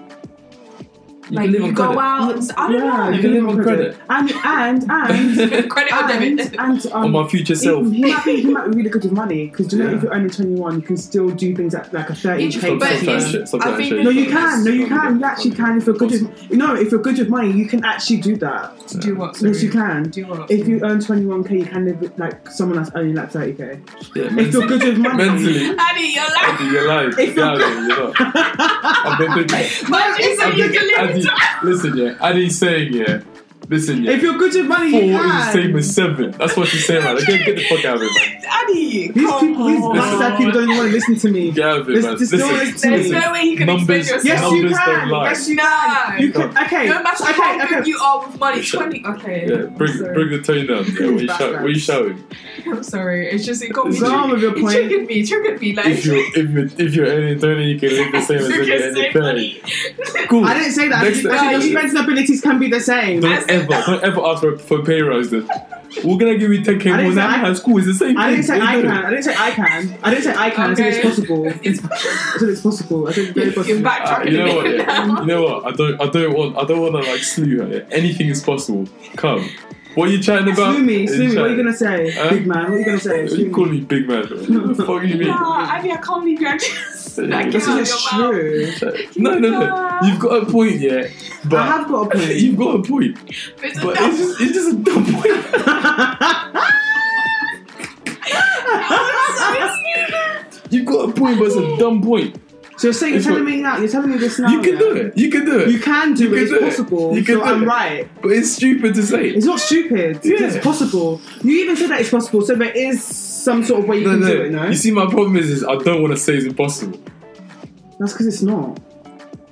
C: You
A: like
C: can live on
A: you go
C: credit.
A: out. And, s- I don't
B: Yeah,
C: You can live on credit.
B: And and and
A: know. Credit or
B: and,
A: debit?
B: and um,
C: on my future self.
B: He, he might be, he might be really good with money because you know
C: Yeah.
B: if you're only 21, you can still do things at like a 30
A: Interesting,
B: k.
A: But
C: Stop trying
A: it's-
C: to shit- stop
A: I
C: trying to
A: think
C: shit.
A: it's-
B: No, you can. No, you can. You actually can. If you're good with, you know, if you're good with money, you can actually do that.
A: Do what?
B: Yes, you
A: sorry?
B: can.
A: Do what?
B: If you earn 21k, you can live with, like someone that's earning like 30k.
C: Yeah,
B: If you're good with money,
C: mentally.
A: Annie, you're like,
C: Andy, you're lying.
B: If
C: Yeah,
B: you're-
C: Andy, you're not. I've been thinking.
A: but you said
C: Andy,
A: you can live
C: Andy,
A: with
C: listen, yeah. Andy's saying, yeah. Listen, yeah.
B: if you're good with money,
C: Four
B: you
C: is the
B: can.
C: same as seven. That's what she's saying, man. Like, get, get the fuck out of it, man.
A: Annie.
B: These
A: come
B: people, these
A: on.
B: black people don't want to listen to me.
C: Get out of it,
B: There's-
C: man.
B: there's
C: Listen,
B: no way-
C: listen.
A: There's no way you can
C: numbers,
A: explain
B: Yes,
A: yourself.
B: you
C: numbers
B: can.
C: don't lie.
B: Yes, you can. You can. Okay.
A: No matter
B: okay.
A: how
B: Okay.
A: good you are with money,
C: Shut-
A: twenty. Okay.
C: Yeah, bring,
A: sorry.
C: bring the tone down. Yeah, what are you
B: Background.
C: shout- what are you shouting?
A: I'm sorry. It's just it got me.
B: Go on with your
A: It
B: point.
A: triggered me. It triggered me. Like.
C: If you're, if you're, if you're earning 30, you can live the same as if
A: Triggered
C: you're
A: so
C: earning 30.
A: funny.
C: Cool.
B: I didn't say that.
C: Next
B: Actually,
A: time.
B: your strengths and abilities can be the same. I
C: Don't ever, don't ever ask for, for pay rise then. We're gonna give you 10k
B: I
C: more
B: didn't say
C: now.
B: I-
C: High school is the same
B: didn't
C: thing.
B: say
C: What
B: I
C: you
B: can.
C: doing?
B: I didn't say I can. I didn't say I can. I said
A: Okay.
B: it's possible. I said it's possible. I said it's very
A: You're
B: possible.
C: Uh,
A: backtracking
C: you know
A: a
C: what?
A: bit
C: Yeah.
A: now.
C: You know what? I don't. I don't want. I don't want to like slew her. Yeah. Anything is possible. Come. What are you chatting about?
B: Sue me, sue me. What are you
C: chatting-
B: gonna say,
C: Huh?
B: big man? What are you gonna say?
C: Are
B: Sue
C: you
B: me.
C: calling me big man? What the fuck you mean?
A: Nah, Annie, I can't believe you're just.
C: Yeah,
A: Like,
C: this
A: get
B: That's
A: out of
B: just
A: your mouth.
B: true.
C: No, no, no. You've got a point, yeah. But
B: I have got a point.
C: You've got a point,
A: It's
C: but it's just, it's just a dumb point. You've got a point, but it's a dumb point.
B: so you're saying you're
C: It's
B: telling
C: what-
B: me now? You're telling me this now?
C: You can
B: yeah?
C: do it. You can do it.
B: You can do
C: You
B: it.
C: can
B: It's
C: do it.
B: possible.
C: You can
B: so
C: do
B: I'm
C: it.
B: right.
C: But it's stupid to say.
B: It's not stupid.
C: Yeah.
B: It's possible. You even said that it's possible, so there is some sort of way you
C: no,
B: can
C: no.
B: do it. No,
C: You see, my problem is, is I don't want to say it's impossible.
B: that's because it's not.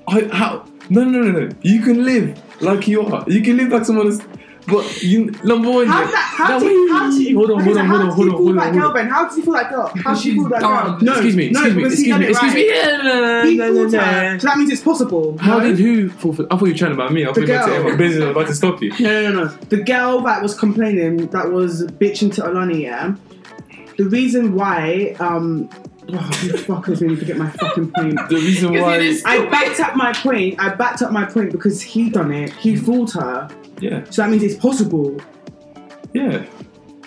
C: I how? No, no, no, no. You can live like you are. You can live like someone is. But you number one.
B: How
C: yeah.
B: did that? How
C: That
B: did?
C: way-
B: How did?
C: Hold on,
B: okay,
C: hold
B: so
C: on,
B: how did
C: hold on, hold
B: you
C: on,
B: feel
C: hold
B: that
C: on,
B: girl,
C: hold
B: Ben? How did you feel that girl? How did you feel that girl?
A: She's
B: No,
C: Excuse me,
B: no,
C: excuse me,
B: because he
C: excuse
B: done
C: me,
B: it
C: excuse me.
B: right. He fooled her. So that means it's possible.
C: How
B: no?
C: did who fulfill? I thought you were chatting about me. I thought
B: The
C: you were about to say
B: girl.
C: my business. I was about to stop you.
B: No, no, no. The girl that was complaining, that was bitching to Alani, yeah. The reason why, um, oh, you fuckers made me forget my fucking point.
C: The reason
A: Because
C: why,
A: it is-
B: I backed up my point. I backed up my point because he done it. He
C: Mm.
B: fooled her.
C: yeah,
B: So that means it's possible.
C: yeah.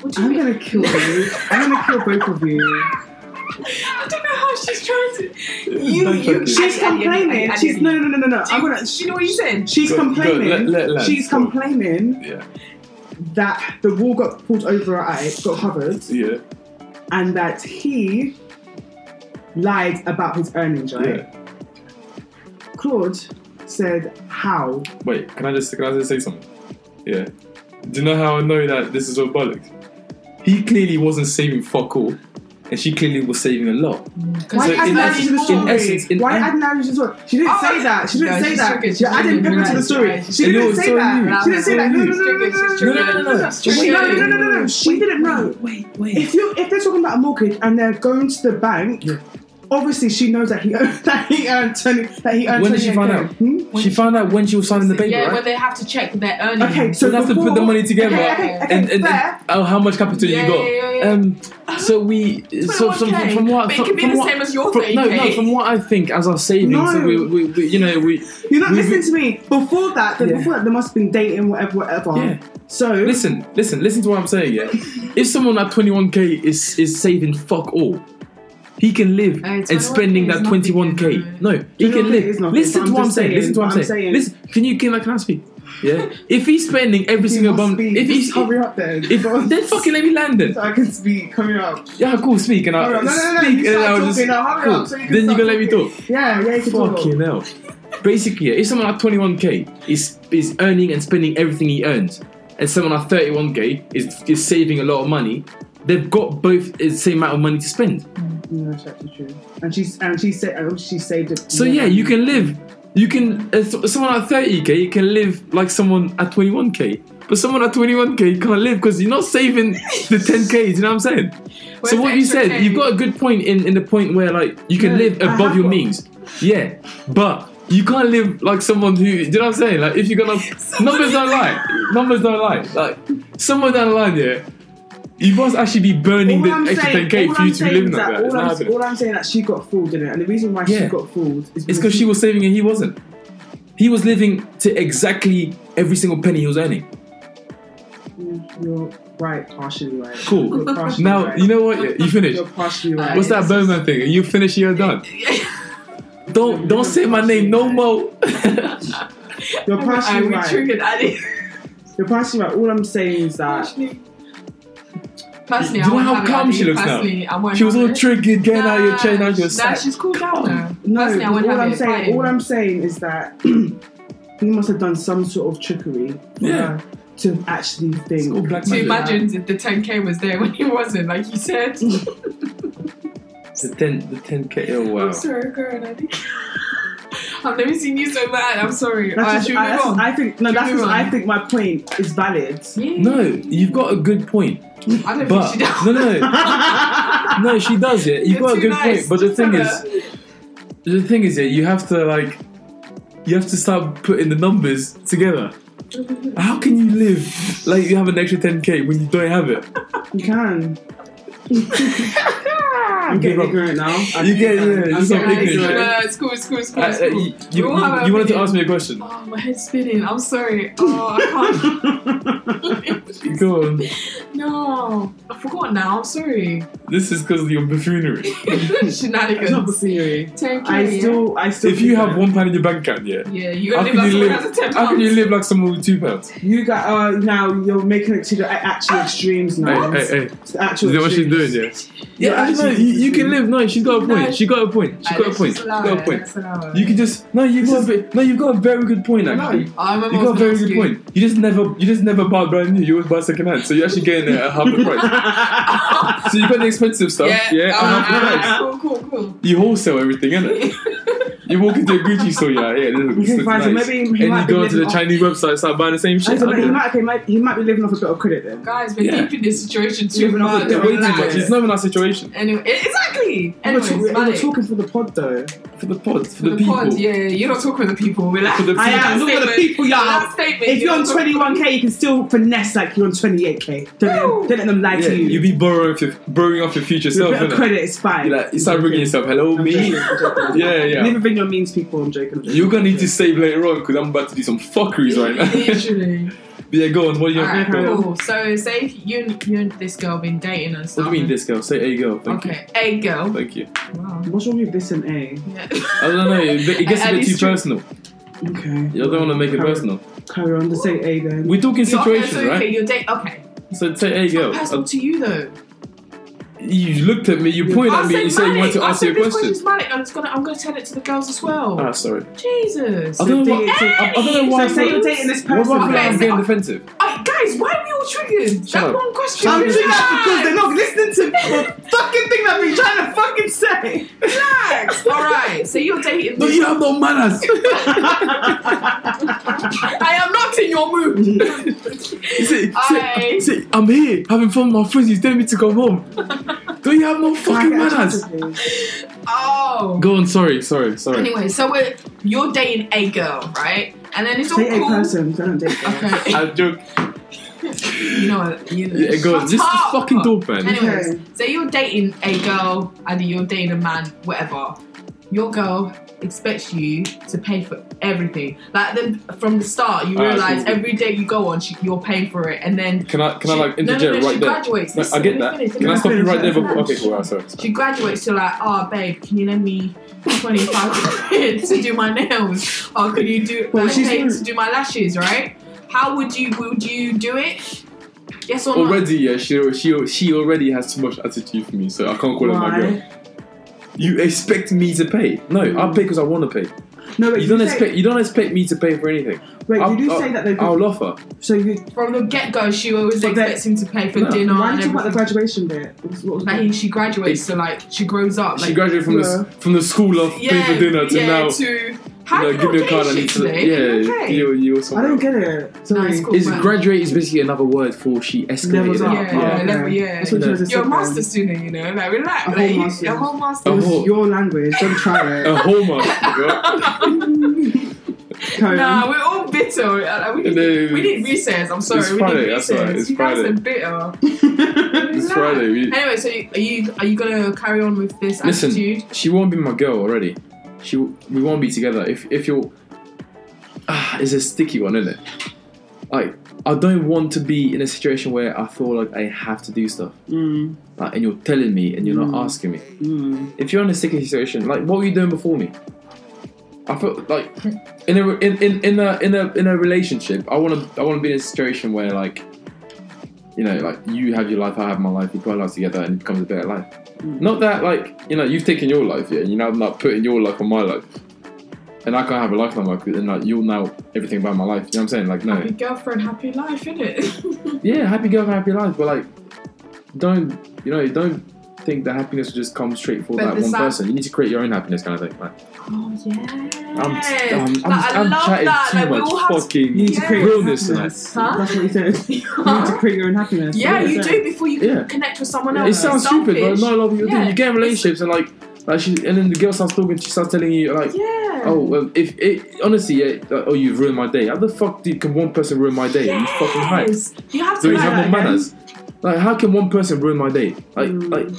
A: What do you
B: I'm
A: mean?
B: gonna kill you. I'm gonna kill both of you.
A: I don't know how she's trying to. You,
C: Don't
A: you.
C: touch it.
B: She's complaining. She's no, no, no, no, no. I'm gonna.
A: Do you know what you said?
B: She's
C: Go- go,
B: complaining.
C: let- let- let-
B: she's
C: go.
B: complaining
C: Yeah,
B: that the wall got pulled over her eye, got covered,
C: yeah,
B: and that he lied about his earnings, right?
C: yeah.
B: Claude said, How?
C: Wait, can I just can I just say something? Yeah. Do you know how I know that this is all bollocks? He clearly wasn't saving fuck all, and she clearly was saving a lot.
B: Why
C: So
B: add marriage to
C: in
B: the
C: essence- in
B: story?
C: essence, in
B: Why
C: en-
B: add marriage to the story? She didn't
A: Oh,
B: say that. She didn't
A: no,
B: say
A: she's
B: that.
A: triggered,
B: She
A: she's
B: added
A: triggered,
B: pepper
A: you're
B: to the
A: right,
B: story.
A: you're right.
B: She
C: And
B: didn't
C: no,
B: say
C: so
B: that.
C: you.
B: She didn't say that. No, no, no,
A: She's
B: no,
A: triggered, she's
B: no, no, no, no, no, no, no, no.
A: triggered.
B: She didn't- No, no, no, no, no, no. She didn't know.
C: Wait, wait.
B: If you if they're talking about a mortgage and they're going to the bank,
C: Yeah.
B: obviously she knows that he earned, that he earned twenty that he earned
C: When
B: twenty.
C: did she find out?
B: Hmm?
C: she found out when she was signing the paper,
A: yeah, when
C: right?
A: they have to check their earnings.
B: Okay,
C: So
B: so
C: they have to put the
B: before-
C: money together.
B: Okay, okay, okay,
C: and, and,
B: fair.
C: and oh, how much capital
A: Yeah,
C: you got?
A: yeah, yeah, yeah.
C: Um, so we so from, from,
A: 21K,
C: from what
A: but it
C: from,
A: could be
C: from
A: the
C: what,
A: same as your
C: from, no
A: 30K.
C: no from what I think as our savings
B: No.
C: so we, we, we you know we
B: You're not
C: we-
B: listening to me. Before that, then
C: Yeah.
B: before that, there must have been dating, whatever, whatever.
C: Yeah.
B: So
C: listen listen listen to what I'm saying yeah if someone at 21k is is saving fuck all He can live
A: Hey,
C: and spending
A: 21K is
C: that
A: nothing,
C: 21k.
A: you
C: No, he
B: You know
C: can
B: what it
C: live.
B: is, Nothing,
C: Listen
B: but
C: to
B: I'm
C: what I'm
B: just
C: saying.
B: saying,
C: Listen to what
B: but
C: I'm
B: I'm
C: saying.
B: saying-
C: Listen, can you can I can I speak? Yeah. if he's spending every
B: He
C: single
B: must
C: bump,
B: be-
C: if he's
B: just hurry up then.
C: if, then fucking let me land it.
B: so I can speak. Hurry up.
C: Yeah, cool. Speak and
B: Hurry
C: I'll
B: up. No, no, no, no.
C: speak
B: You
C: and then
B: start
C: I'll
B: talking
C: just
B: now. Hurry
C: cool.
B: up. So you can
C: Then you
B: start
C: can let me
B: talking.
C: talk.
B: Yeah, yeah, you can talk.
C: Fucking hell. Basically, if someone at 21k is is earning and spending everything he earns, and someone at 31k is is saving a lot of money, they've got both the same amount of money to spend.
B: Yeah, that's actually true. And she's and she said and she saved it.
C: So yeah, you can live. You can uh, so- someone at 30k you can live like someone at 21k, but someone at 21k can't live because you're not saving the 10k. You know what I'm saying?
A: Where's
C: so
A: the
C: what you
A: extra
C: said,
A: K?
C: you've got a good point in in the point where like you can
B: Yeah,
C: live
B: I
C: above
B: have
C: your
B: one.
C: means. Yeah, but you can't live like someone who. You know what I'm saying? Like if you're gonna numbers don't lie. Numbers don't lie. Like somewhere down the line, yeah. You must actually be burning
B: all
C: the
B: I'm
C: extra
B: saying,
C: 10k
B: all
C: for you
B: I'm
C: to be
B: saying
C: living
B: is
C: like that. It's
B: All
C: not
B: I'm,
C: happening.
B: all I'm saying that she got fooled in it, and the reason why
C: Yeah.
B: she got fooled is
C: It's because she was saving and he wasn't. He was living to exactly every single penny he was earning.
B: You're right, partially right.
C: Cool.
B: You're partially
C: Now
B: right.
C: you know what? Yeah, you finished.
B: You're partially
A: Uh,
B: right.
C: What's that Birdman thing? You finish, you're done. Don't don't say my name no more.
B: You're
A: I
B: partially
A: Uh, we
B: right.
A: triggered Ali.
B: You're partially right. All I'm saying is that
A: Personally, personally,
C: Do you
A: I won't
C: know how
A: have it,
C: calm
A: Ali.
C: she looks now?
A: Personally, I won't
C: she was
A: have
C: all
A: it.
C: triggered, getting out your chain, out your
A: nah,
C: sack.
A: she's cooled down
C: Come
A: now.
B: no.
A: Personally, I wouldn't
B: all
A: have
B: I'm
A: it.
B: saying,
A: Fine.
B: all I'm saying is that he must have done some sort of trickery for
C: Yeah.
B: her to actually think.
C: It's all black
A: So
C: magic.
A: imagine if the 10k was there when it wasn't, like you said.
C: The ten, the ten k. Oh wow.
A: I'm sorry, Karen. I think I've never seen you so mad. I'm sorry.
B: That's
A: Uh,
B: just-
A: should we
B: I,
A: move
B: that's-
A: on?
B: I think no.
A: Should
B: That's
A: we move
B: just,
A: on?
B: I think my point is valid.
C: No, you've got a good point,
A: I don't
C: but
A: think she does.
C: no, no, no, she does it. You've
A: You're
C: got a
A: too
C: good
A: nice.
C: point, but the thing
A: Tell
C: is,
A: her.
C: The thing is, yeah, you have to like, you have to start putting the numbers together. How can you live like you have an extra 10k when you don't have it?
B: You can. I'm
C: Give
B: getting
C: up.
B: ignorant now. I'm
C: You get-
B: ignorant.
C: yeah,
B: I'm
C: you
A: Sorry,
C: get
B: getting
A: guys.
C: ignorant.
A: No,
B: ignorant.
A: no, it's cool, it's cool, it's cool.
C: Uh,
A: it's
C: uh,
A: cool.
C: you, you,
A: We all have
C: you,
A: our
C: you wanted to
A: opinion.
C: ask me a question.
A: Oh, my head's spinning. I'm sorry. Oh, I can't.
C: Go on.
A: no, I forgot now. I'm sorry.
C: This is because of your buffoonery.
B: It's not the
A: Shenanigans.
B: scenery.
A: 10k.
B: I still, I still.
C: If you
B: think
C: have
B: that-
C: one pound in your bank account, yeah,
A: Yeah, you
C: how
A: only
C: can
A: live
C: you
A: like someone
C: live?
A: has a 10
C: How can you
A: pounds.
C: live like someone with two pounds?
B: you got uh, now you're making it to the actual extremes now.
C: Hey, hey, hey.
B: It's the actual
C: Is that what she's
B: extremes.
C: doing? Yeah. Yeah, I don't know.
B: actually-
C: You, you can live. No, she's got a
A: No.
C: point. She got a point. She
A: Ah,
C: got a
A: let's
C: point.
A: just
C: She
A: allow
C: got a
A: it,
C: point.
A: let's allow it.
C: You can just no. You've
B: This
C: got a
B: is-
C: bit, no. You've got a very good point actually.
A: I remember
C: You
A: I
C: got a
A: was
C: very
A: gonna ask
C: good
A: you.
C: point. You just never, you just never buy brand new. You always buy second hand. So you're actually getting it at half the price. so you got the expensive stuff, yeah,
A: Yeah,
C: at half the price.
A: ah, cool, cool, cool.
C: You wholesale everything, innit? You walk into a Gucci store, yeah, yeah, this looks,
B: You
C: this
B: can find
C: looks nice.
B: some- maybe he might
C: and
B: be
C: you go to
B: living
C: the
B: off-
C: Chinese website, start buying the same
B: I
C: shit.
B: said,
C: I
B: but he
C: don't know.
B: might, he might, he might be living off a bit of credit then.
A: Guys, we're
C: Yeah.
A: keeping this situation too
B: Living off
A: much.
B: the
C: They're way too
A: Relax.
C: much. It's not even our situation.
A: Anyway, e- exactly.
B: We were,
A: Anyways,
B: talk- we were
A: Malik,
B: talking for the pod though.
C: For the pod, for,
A: for
C: the, people.
A: pod, yeah, yeah, you're not talking with the people. We're like,
C: For the I
A: That
C: am,
B: look at the
A: statement-
B: people, y'all.
A: that statement,
B: If you're on
A: not talking-
B: 21k, you can still finesse like you're on 28k. Don't, let,
A: Woo!
B: them- don't let them lie
C: Yeah,
B: to you.
C: you'll be borrowing off your, borrowing off your future
B: With a
C: self,
B: bit of
C: innit?
B: credit, it's fine.
C: You're like, you start ringing yourself, hello,
B: I'm
C: me?
B: joking, I'm joking.
C: Yeah, yeah.
B: Never been your means people. I'm joking. I'm joking.
C: You're gonna need to save later on because I'm about to do some fuckeries right now.
A: Literally.
C: But yeah, go on, what do you
A: Alright,
C: have? Go on.
A: cool. So, say if you and, you and this girl been dating and
C: What
A: stuff.
C: do you mean, this girl? Say, hey, girl, thank you.
A: Okay, a girl.
C: Thank you.
A: Wow.
B: What's wrong with this and A?
A: Yeah.
C: I don't know. It, it gets a
A: At
C: bit too
A: least you-
C: personal.
B: Okay.
C: You don't want to make it
B: Carry-
C: personal.
B: Carry on. Just say A then.
C: We're talking
A: You're- okay, so,
C: situations,
A: okay,
C: right? uh,
A: You're date. Okay.
C: So say, hey,
A: It's
C: girl,
A: not personal to you though.
C: I- Um, you looked at me, you pointed
A: I
C: at me,
A: said
C: and you said you
A: Malik.
C: wanted to
A: I
C: ask
A: said
C: me a
A: this
C: question.
A: question's Malik, and it's gonna, I'm going to tell it to the girls as well.
C: Ah, sorry.
A: Jesus.
C: I
B: So
C: don't know
B: date-
C: why.
B: so-
C: I, I don't know why.
B: So say you're dating this person.
C: What am
A: Okay,
C: I
A: so-
C: I'm getting defensive?
A: Uh, guys, why are we all triggered?
C: Shut
A: that
C: up.
A: one question.
B: I'm doing that because they're
A: Relax.
B: not listening to the fucking thing that we're trying to fucking say.
A: Relax. All right. So you're dating.
C: No,
A: this-
C: you have no manners.
A: I am not in your mood.
C: You say, say,
A: I-
C: say, I'm here having fun with my friends. You're telling me to come home. Don't you have no fucking manners?
A: Oh.
C: Go on. Sorry, sorry, sorry.
A: Anyway, so we're, you're dating a girl, right? And then it's all
B: Say A
A: cool.
B: person. Don't date them.
A: Okay.
C: I joke.
A: you know what? You,
C: Yeah, go on.
A: Shut
C: This is
A: up.
C: fucking dope, man.
A: Anyways,
B: Okay.
A: so you're dating a girl and you're dating a man, whatever. your girl expects you to pay for everything. Like then from the start, you
C: Alright,
A: realize
C: cool.
A: every day you go on, she, you're paying for it, and then
C: Can I can I
A: she-
C: like
A: no,
C: interject
A: no, no,
C: right
A: she
C: there?
A: graduates.
C: No, I
A: Listen,
C: get
A: let
C: that.
A: me finish,
C: Can I
A: let
C: stop
A: me
C: you right there?
A: finish, let me
C: Before, okay,
A: finish.
C: cool. alright, sorry. sorry.
A: She graduates to like, oh babe, can you lend me twenty five quid to do my nails? Or could you do
B: Well,
A: like,
B: she's
A: pay
B: rude.
A: to do my lashes? Right? How would you would you do it? Yes or no?
C: Already, yeah, she, she she already has too much attitude for me, so I can't call her my girl.
B: Why?
C: You expect me to pay? No, I'll pay because I want to pay.
B: No, wait,
C: You don't
B: say,
C: expect you don't expect me to pay for anything.
B: Wait,
C: I'll-
B: did you
C: I'll-
B: say that they?
C: I'll offer.
B: so you.
A: From the get go, she always
B: But that-
A: expects him to pay for
C: No.
A: dinner.
B: why
A: and
B: did you talk about the
A: everything.
B: graduation bit? What was- what was
A: Like
B: that?
A: he, she graduates, so like she grows up.
C: she
A: like-
C: graduated from
B: Yeah.
C: the the from the school of
A: yeah,
C: pay for dinner to
A: yeah,
C: now.
A: To, how
C: you
A: you not
C: know, give me a
A: getting
C: card. I need
A: shit
C: to.
A: today?
C: Yeah,
A: Okay.
C: you you or
B: I
C: something.
B: don't get it. Sorry.
A: it's cool.
D: Is
A: Well-
D: graduate is basically another word for she escalated.
B: Levels up.
A: Yeah,
D: up.
A: yeah,
C: Yeah.
A: level, yeah.
B: That's what
D: No.
B: you was
A: You're a master student, you know. Like relax,
B: A
A: like,
B: whole
A: you-
B: master.
A: a whole master.
C: A
B: It's
C: whole- Oh.
B: your language. Don't try
C: A
B: it.
C: hallmark. you know?
B: Carry on.
A: Nah, we're all bitter. Uh, Like, we, need,
C: No.
A: we need recess. I'm sorry,
C: It's
A: we
C: Friday,
A: need
C: that's
A: recess.
C: all right, it's
A: you guys
C: Friday.
A: are bitter.
C: It's
B: Mm,
A: Relax.
C: Friday. we-
A: Anyway, so you- are you are you gonna carry on with this
C: Listen.
A: attitude?
C: She won't be my girl already. She we won't be together. If if you're ah, it's a sticky one, isn't it? Like I don't want to be in a situation where I feel like I have to do stuff.
B: Mm,
C: Like, and you're telling me and you're
B: Mm.
C: not asking me.
B: mm.
C: If you're in a sticky situation, like what were you doing before me? I feel like in a in, in, in a in a in a relationship, I wanna I wanna be in a situation where like you know, like you have your life, I have my life, we put our lives together and it becomes a better life.
B: Mm.
C: Not that like, you know, you've taken your life, yeah, and you're now not putting your life on my life. And I can't have a life like my and like you'll now everything about my life. You know what I'm saying? Like no.
A: Happy girlfriend, happy life, innit?
C: Yeah, happy girl, happy life, but like don't you know, don't think that happiness will just come straight for
A: But
C: that
A: the
C: one
A: sad-
C: person. You need to create your own happiness kind of thing. Like,
A: oh yeah.
C: I'm, I'm, I'm,
A: like, I
C: I'm
A: love
C: chatting
A: that.
C: too
A: like we
C: much
A: all have.
C: fucking
B: You need to
A: Yeah.
B: create your
C: realness tonight.
B: happiness.
A: Huh?
B: That's what he said. You need to create your own happiness.
A: Yeah,
B: That's
A: you
B: what he
A: do before you
C: Yeah.
A: connect with someone
B: It
A: else.
C: It
A: It's
C: sounds
A: selfish.
C: stupid, but not a lot of people
A: Yeah.
C: do. You get in relationships and like, like she, and then the girl starts talking. She starts telling you like,
A: Yeah.
C: oh, well, if it honestly, yeah, like, oh, you've ruined my day. How the fuck did, can one person ruin my day? You fucking hype.
A: Yes. You have to
C: Do you
A: like
C: have
A: that.
C: more manners? Like, how can one person ruin my day? Like,
B: Mm.
C: like,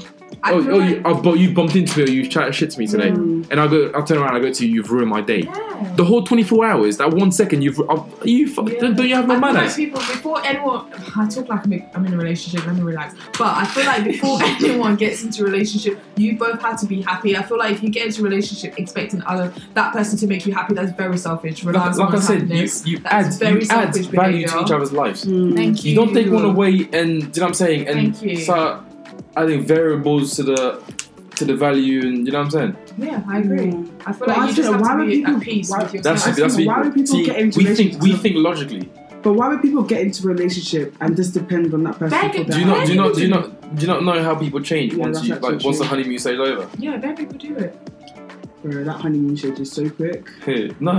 A: I
C: oh,
A: feel
C: oh,
A: like-
C: you, oh, but you bumped into me, or you chatted shit to me today,
B: Mm.
C: and I go, I turn around, and I go to you, you've ruined my day.
A: Yeah.
C: The whole twenty four hours, that one second, you've, uh, you, fu-
A: Yeah.
C: don't, don't you have no
A: I feel like
C: manners?
A: people before anyone, I talk like I'm in- I'm in a relationship. Let me relax. But I feel like before anyone gets into a relationship, you both have to be happy. I feel like if you get into a relationship expecting other that person to make you happy, that's very selfish.
C: Like,
A: Relies
C: like
A: on
C: I said, you,
A: happiness.
C: you
A: That's
C: add,
A: very
C: you add
A: selfish
C: value to
A: behaviour.
C: each other's lives.
B: Mm.
A: Thank you.
C: you don't take one away and do you know what I'm saying and
A: Thank you.
C: start adding variables to the to the value and you know what I'm saying
A: Yeah, I agree. I feel
B: But I
A: like you just
B: don't know,
A: have to
B: why would
A: be
B: people-
A: at peace
B: why-
A: with yourself.
C: that's
B: I
C: that's
B: think why
C: people.
B: do people
C: See,
B: get into
C: we think we
B: relationships?
C: think logically
B: But why would people get into a relationship and just depend on that person
A: Beg
B: for
A: it,
B: their
C: do you not do you not do you
B: happiness?
C: not do you not know how people change
B: Yeah,
C: once
B: that's
C: you
B: actually
C: like once the
B: true.
C: honeymoon stays over
A: yeah, very people do it.
B: Bro, that honeymoon shit is so quick.
C: Hey, no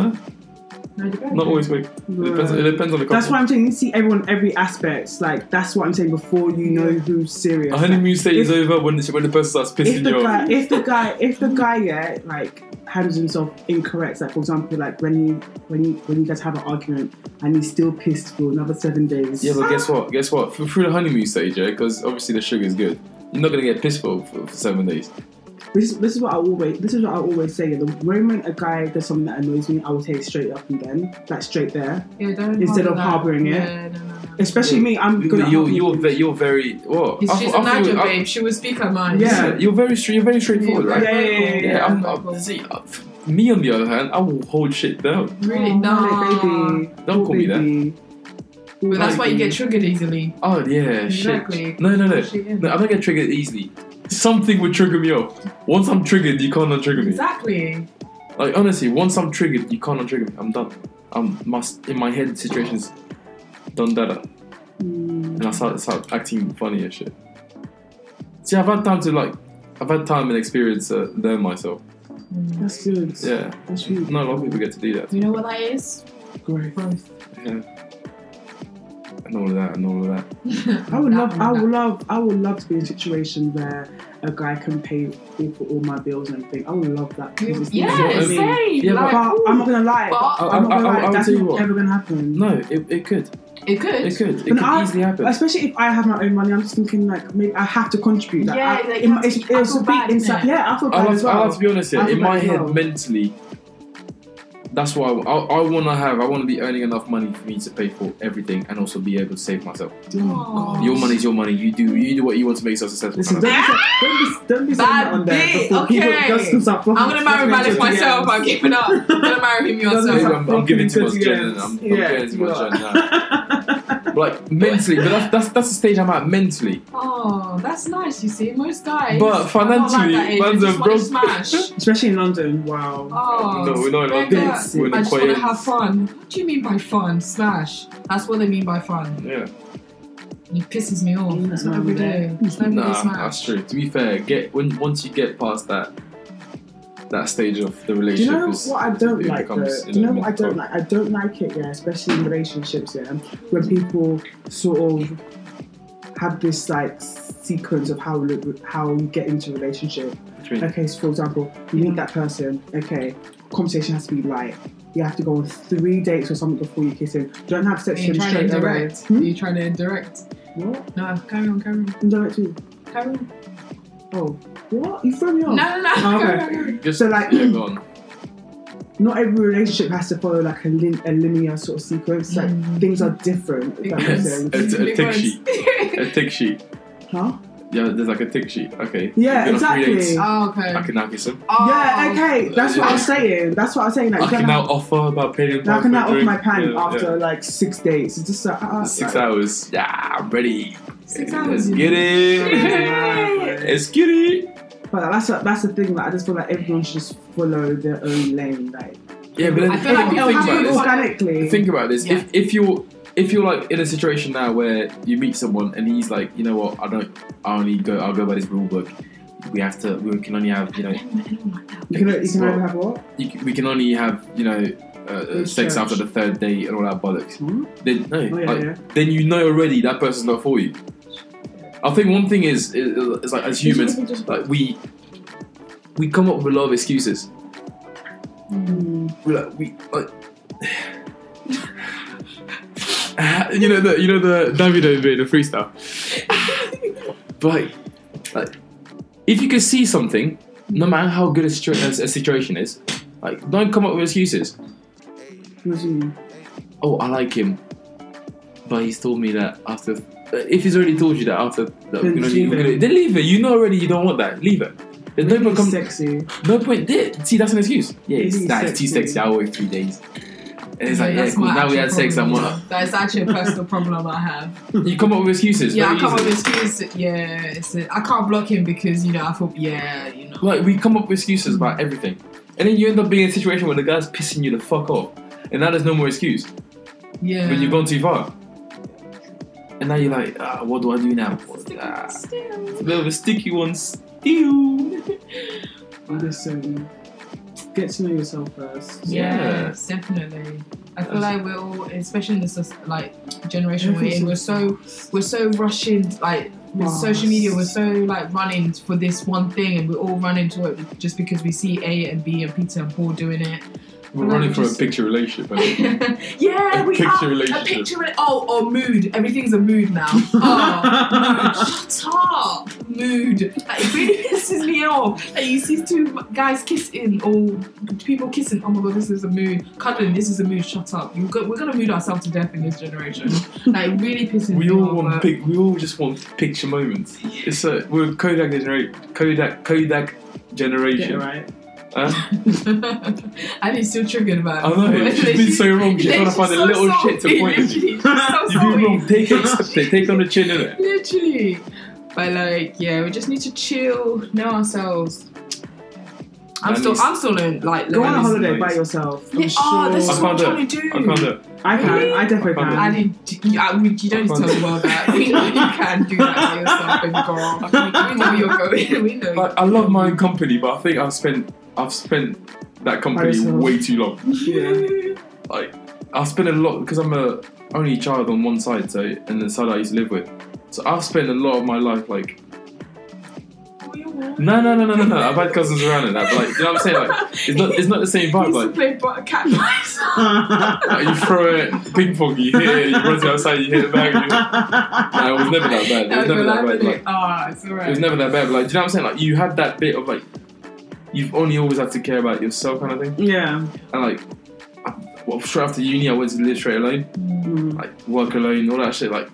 A: No, they don't.
C: not always quick it depends it
B: Bro.
C: depends on the couple
B: That's why I'm saying you see everyone every aspect. Like that's what I'm saying before you know who's serious.
C: a honeymoon stays
B: if-
C: over when the, when the person starts
B: if
C: pissing
B: the
C: you off
B: guy, if the guy, if the guy, yeah, like handles himself incorrect. Like for example, like when you when you when you guys have an argument and he's still pissed for another seven days.
C: yeah but guess what guess what Through- through the honeymoon stage yeah because obviously the sugar's good you're not gonna get pissed for, for, for seven days
B: This, this is what I always this is what I always say. The moment a guy does something that annoys me, I will say it straight up and then like straight there.
A: Yeah, don't
B: Instead
A: harbour
B: of
A: that.
B: harbouring it.
A: Yeah, no, no, no.
B: Especially me, I'm
C: You-
B: good at
C: you're
B: harbour
C: you're, ve-
B: feelings.
C: you're very well
A: It's-
C: I
A: She's
C: thought-
A: an
C: I thought-
A: Nigel,
C: I-
A: babe. She will speak her mind.
B: Yeah.
C: you're very straight you're very straightforward right
B: Yeah, yeah, yeah,
C: Yeah,
B: yeah.
C: I'm, I'm, see, uh, me on the other hand, I will hold shit down.
A: Really?
B: Oh,
A: no.
B: baby.
C: Don't call me that.
B: me that.
A: But that's why you get triggered easily.
C: Oh yeah,
A: Exactly.
C: shit. No, no, no,
A: Shit, yeah.
C: no. I don't get triggered easily. Something would trigger me off. Once I'm triggered, you can't untrigger me.
A: Exactly.
C: Like honestly, once I'm triggered, you can't untrigger me. I'm done. I'm must in my head situations done that,
B: mm,
C: and I start start acting funny and shit. See, I've had time to like, I've had time and experience to learn myself.
B: That's good.
C: Yeah,
B: That's really
C: not a lot of people get to do that.
A: You know what that is?
B: great.
A: Growth.
C: Yeah. and all of that and all of that.
B: I would
A: That
B: love,
A: one,
B: I
A: that-
B: would love, I would love to be in a situation where a guy can pay all for all my bills and everything. I would love that. 'cause it's-
A: Yeah,
B: you know what I mean?
A: same.
C: Yeah,
A: like,
B: But I'm not gonna lie.
A: But-
B: I'm not gonna
C: I- I- I-
B: lie.
C: I'll
B: That's
C: tell you
B: not
C: what.
B: ever gonna happen.
C: No, it, it could.
A: it could.
C: It could. It
B: But
C: could
B: I-
C: easily happen.
B: Especially if I have my own money, I'm just thinking like maybe I have to contribute. Like,
A: Yeah,
B: I,
A: like,
B: it
A: you
B: might-
A: have to-
B: it's-
A: you feel
B: it's a big
A: bad,
B: inside-
A: innit?
B: Yeah, I feel bad
C: I'll have,
B: as
C: to,
B: well.
C: I'll have to be honest here.
B: I feel
C: In my
B: bad as
C: head,
B: well.
C: mentally, that's what I, I, want to have. I want to be earning enough money for me to pay for everything and also be able to save myself.
A: Aw.
C: Your money's your money. You do you do what you want to make yourself successful.
B: Listen,
C: kind of
B: don't be, don't be, don't be saying
A: Bad
B: that on there.
A: bit,
B: before
A: okay.
B: people- just 'cause I'm
A: I'm gonna marry Malik myself. I'm giving up. I'm gonna marry him
B: Doesn't
A: yourself.
C: Maybe
B: matter.
C: I'm, I'm giving too much
B: Yes.
C: gen. I'm, I'm
B: Yeah,
C: giving too
B: you
C: much
B: are.
C: gen now. But like mentally, but that's, that's that's the stage I'm at mentally.
A: Oh, that's nice. You see, most guys.
C: But
A: are not like that
C: financially,
A: age. They
C: man's
A: just
C: a
A: wanna
C: broke-
A: smash.
B: Especially in London, wow.
A: Oh,
C: no, we're not in
A: Becca,
C: London. We're in
A: I just want to
C: Aquarius.
A: have fun. What do you mean by fun? Slash. That's what they mean by fun.
C: Yeah,
A: It pisses me off.
B: Mm,
A: It's not every day. It's not every day
C: nah,
A: smash.
C: that's true. To be fair, get when once you get past that that stage of
B: Do
C: the
B: you
C: relationship.
B: know
C: is-
B: what I don't
C: it
B: like? Though?
C: becomes
B: Do you know what I don't
C: inevitable.
B: like? I don't like it, yeah, especially in relationships, yeah, when people sort of have this like sequence of how how you get into a relationship.
C: What do you mean?
B: Okay, so for example, you meet that person. Okay, conversation has to be light. You have to go on three dates or something before you kiss him. Don't have
A: Are
B: sex
A: you
B: with him
A: trying to
B: straight away.
A: indirect? Are
B: Hmm?
A: you trying to indirect?
B: What?
A: No, carry on, carry on,
B: Indirect who?
A: carry on.
B: Oh, what? You throw me
A: No,
B: off.
A: no, no.
B: Oh,
A: carry
B: okay.
A: on, carry on.
C: Just
B: So, like-
C: yeah, go on.
B: Not every relationship has to follow like a, lin- a linear sort of sequence. Like
A: Mm.
B: things are different. If that makes
A: Yes.
B: sense.
C: It's a
A: Big
C: tick
A: words.
C: sheet. A tick sheet.
B: Huh?
C: Yeah, there's like a tick sheet. Okay.
B: Yeah,
C: You've been on three
B: exactly.
C: dates.
A: Oh, okay.
C: I can now kiss him.
A: Oh,
B: Yeah, okay. That's what I'm saying. That's what I'm saying. Like,
C: I
B: you
C: can
B: don't
C: now
B: have-
C: offer about paying.
B: like, I can now off
C: drink.
B: my pan
C: Yeah,
B: after
C: yeah.
B: like six days. It's just like, uh,
C: six
B: like,
C: hours. Yeah, I'm ready.
A: Six
C: Yeah,
A: hours.
C: Let's get it. Let's get it.
B: But that's what, that's the thing. Like, I just feel like everyone should just follow their own lane. Like,
C: Yeah, but then
A: I feel like
C: think,
A: it'll
C: think
A: have
C: about
A: to
B: happen
A: this.
C: this.
B: organically.
C: Think about this.
A: Yeah.
C: If, if you're if you're like in a situation now where you meet someone and he's like, you know what, I don't, I only go, I'll go by this rule book. We have to, we can only have, you know,
B: you can you can
C: Well,
B: only have what? Oh,
C: you, can- we can only have, you know, uh, uh,
B: It's
C: sex
B: church.
C: after the third date and all that bollocks.
B: Hmm?
C: Then no,
B: Oh, yeah,
C: like,
B: yeah.
C: then you know already that person's not for you. I think one thing is, is, is like as humans,
B: It's just-
C: like we we come up with a lot of excuses.
B: Mm.
C: We like we like. you know the you know the Davido bit, the freestyle. but like, if you can see something, no matter how good a, situa- a, a situation is, like don't come up with excuses.
B: What do you mean?
C: Oh, I like him, but he's told me that after. uh, If he's already told you that after, that we're
B: Then
C: gonna,
B: leave
C: we're
B: it.
C: gonna- then leave it. You know already you don't want that. Leave it. There's no
B: Really
C: point come,
B: sexy.
C: no point there. See, that's an excuse. Yeah, it's,
B: Really
C: nah, it's too
B: sexy.
C: sexy. I'll wait three days. And it's like, yeah,
A: That's
C: cool.
A: my
C: Now we
A: actual
C: had sex. I'm
A: problem.
C: on.
A: That's actually a personal problem I have.
C: You come up with excuses.
A: yeah,
C: very
A: I come up
C: easily.
A: with excuses. Yeah, it's a, I can't block him because you know I thought yeah, you know.
C: Like, we come up with excuses about everything. And then you end up being in a situation where the guy's pissing you the fuck off. And now there's no more excuse.
A: yeah.
C: When you've gone too far. And now you're like, ah, what do I do now? Ah, it's a bit of a sticky one still.
B: Listen, get to know yourself first.
A: Yes, definitely. I feel like we're all, especially in this soc- like generation we're in, we're so we're so rushing like with
B: Fast.
A: social media. We're so like running for this one thing, and we're all running to it just because we see A and B and Peter and Paul doing it.
C: We're
A: No,
C: running for a
A: just-
C: picture relationship. aren't we?
A: yeah,
C: A
A: we
C: picture
A: are a
C: relationship.
A: picture. Re- oh, or mood. Everything's a mood now. Oh, mood. Shut up, mood. Like, it really pisses me off. Like, you see two guys kissing or people kissing. Oh my god, this is a mood. Cuddling, this is a mood. Shut up. You go, we're gonna mood ourselves to death in this generation. Like, it really pisses me
C: We
A: off.
C: all want
A: but-
C: pic- we all just want picture moments. It's a we're Kodak generation. Kodak Kodak
B: Get it
C: generation.
B: right.
C: Huh?
A: and he's still triggered about
C: I know. She's been so wrong. She's trying to find a little shit to point at.
A: She's so
C: You
A: sorry.
C: do wrong. Take it. accept it. Take it on the chin innit?
A: Literally. But like, yeah, we just need to chill, know ourselves. I'm
C: That
A: still,
C: is-
A: I'm still learning. Like,
B: Go on
A: learning.
B: a
C: Nice,
B: holiday
C: nice.
B: by yourself. I'm
A: Yeah, oh, this
B: sure-
A: is
C: I
A: what I'm
C: can't
A: trying to do.
C: I can't do it.
B: I can. I definitely
C: I can't
A: I
B: can.
A: didn't. You, I, you don't need to tell the world that. We know you can do that to yourself, and girl. We know you're going. We know.
C: Like, I love my own company, but I think I've spent I've spent that company
B: yourself.
C: way too long.
B: Yeah.
C: I've spent a lot because I'm a only child on one side, so and the side I used to live with. So I've spent a lot of my life like no no no no no no. I've had cousins around and that, but like you know what I'm saying? Like it's not it's not the same
A: I
C: vibe.
A: used to
C: Like
A: play but cat and mice.
C: like, you throw it ping pong, you hit it, you run to the outside, you hit it back. You know? No, it was never that bad. It was
A: No,
C: never
A: you're
C: that
A: laughing
C: bad.
A: at
C: Like
A: it. Ah, it's alright.
C: it was never that bad. But like do you know what I'm saying? Like you had that bit of like you've only always had to care about yourself kind of thing.
B: yeah.
C: And like I, well, straight after uni, I went to live straight alone,
B: Mm.
C: like work alone, all that shit. Like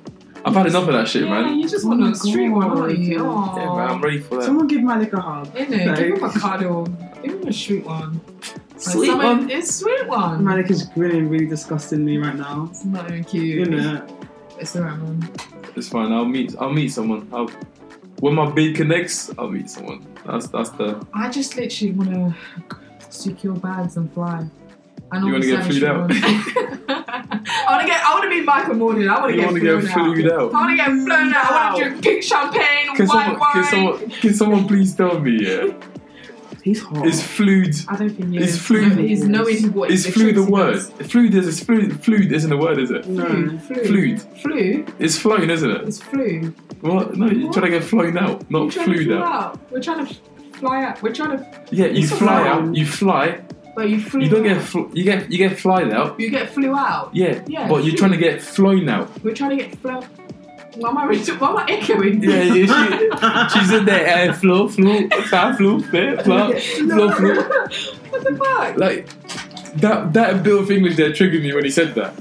C: I've had enough of that shit,
A: yeah,
C: man.
A: you just want
B: Oh my
A: a street one,
B: God.
A: aren't you?
B: Yeah,
A: Aw.
C: Yeah, man, I'm ready for that.
B: Someone give Malik a hug.
A: Innit? Give him a
B: Like-
A: cuddle. Give him a sweet one. Like
D: Sweet
A: someone-
D: one.
A: It's sweet one.
B: Malik oh, is grinning really disgustingly right now.
A: It's not very cute.
B: You know.
A: It's alright, man.
C: It's fine. I'll meet. I'll meet someone. I'll, when my bid connects, I'll meet someone. That's that's the.
A: I just literally want to secure bags and fly. I know
C: You wanna
A: the
C: get
A: savage
C: flued
A: you
C: out?
A: want. I want to get. I want to be Michael Morgan. I want to
C: You
A: get
C: want to
A: flown
C: get flued
A: I
C: out?
A: want to get flown out. I want to
B: No.
A: drink pink champagne,
C: Can
A: white
C: someone,
A: wine.
C: can someone can someone please tell me? Yeah,
B: He's hot.
C: is flued
A: I don't think he
C: Is
A: is.
C: flued-
A: No, he's knowing what
C: is
A: the
C: flued a
A: tricks he
C: word?
A: does.
C: Flued is is flued. Flued isn't a word, is it?
B: no.
A: Flu.
C: Flued.
A: Flu.
C: It's flown, isn't it?
A: It's flu.
C: What? No, you're trying to get flown out,
A: We're
C: not
A: trying to
C: flued
A: flew
C: out.
A: out. We're trying to f- fly out. We're trying to.
C: Yeah, you
B: It's a
C: fly
B: noun.
C: out. You fly.
A: But you flew.
C: You don't get
A: out.
C: fl- you get you get flyed out.
A: You get flew out.
C: Yeah,
A: Yeah,
C: but you're
A: flew.
C: trying to get flown out.
A: We're trying to get flew. Why am I? Re- why am I echoing?
C: Yeah, yeah, she- She's in there, uh, flow, flow, fly, flow, fair, fly, flow, flow.
A: What the fuck?
C: Like, that, that bit of English there triggered me when he said that.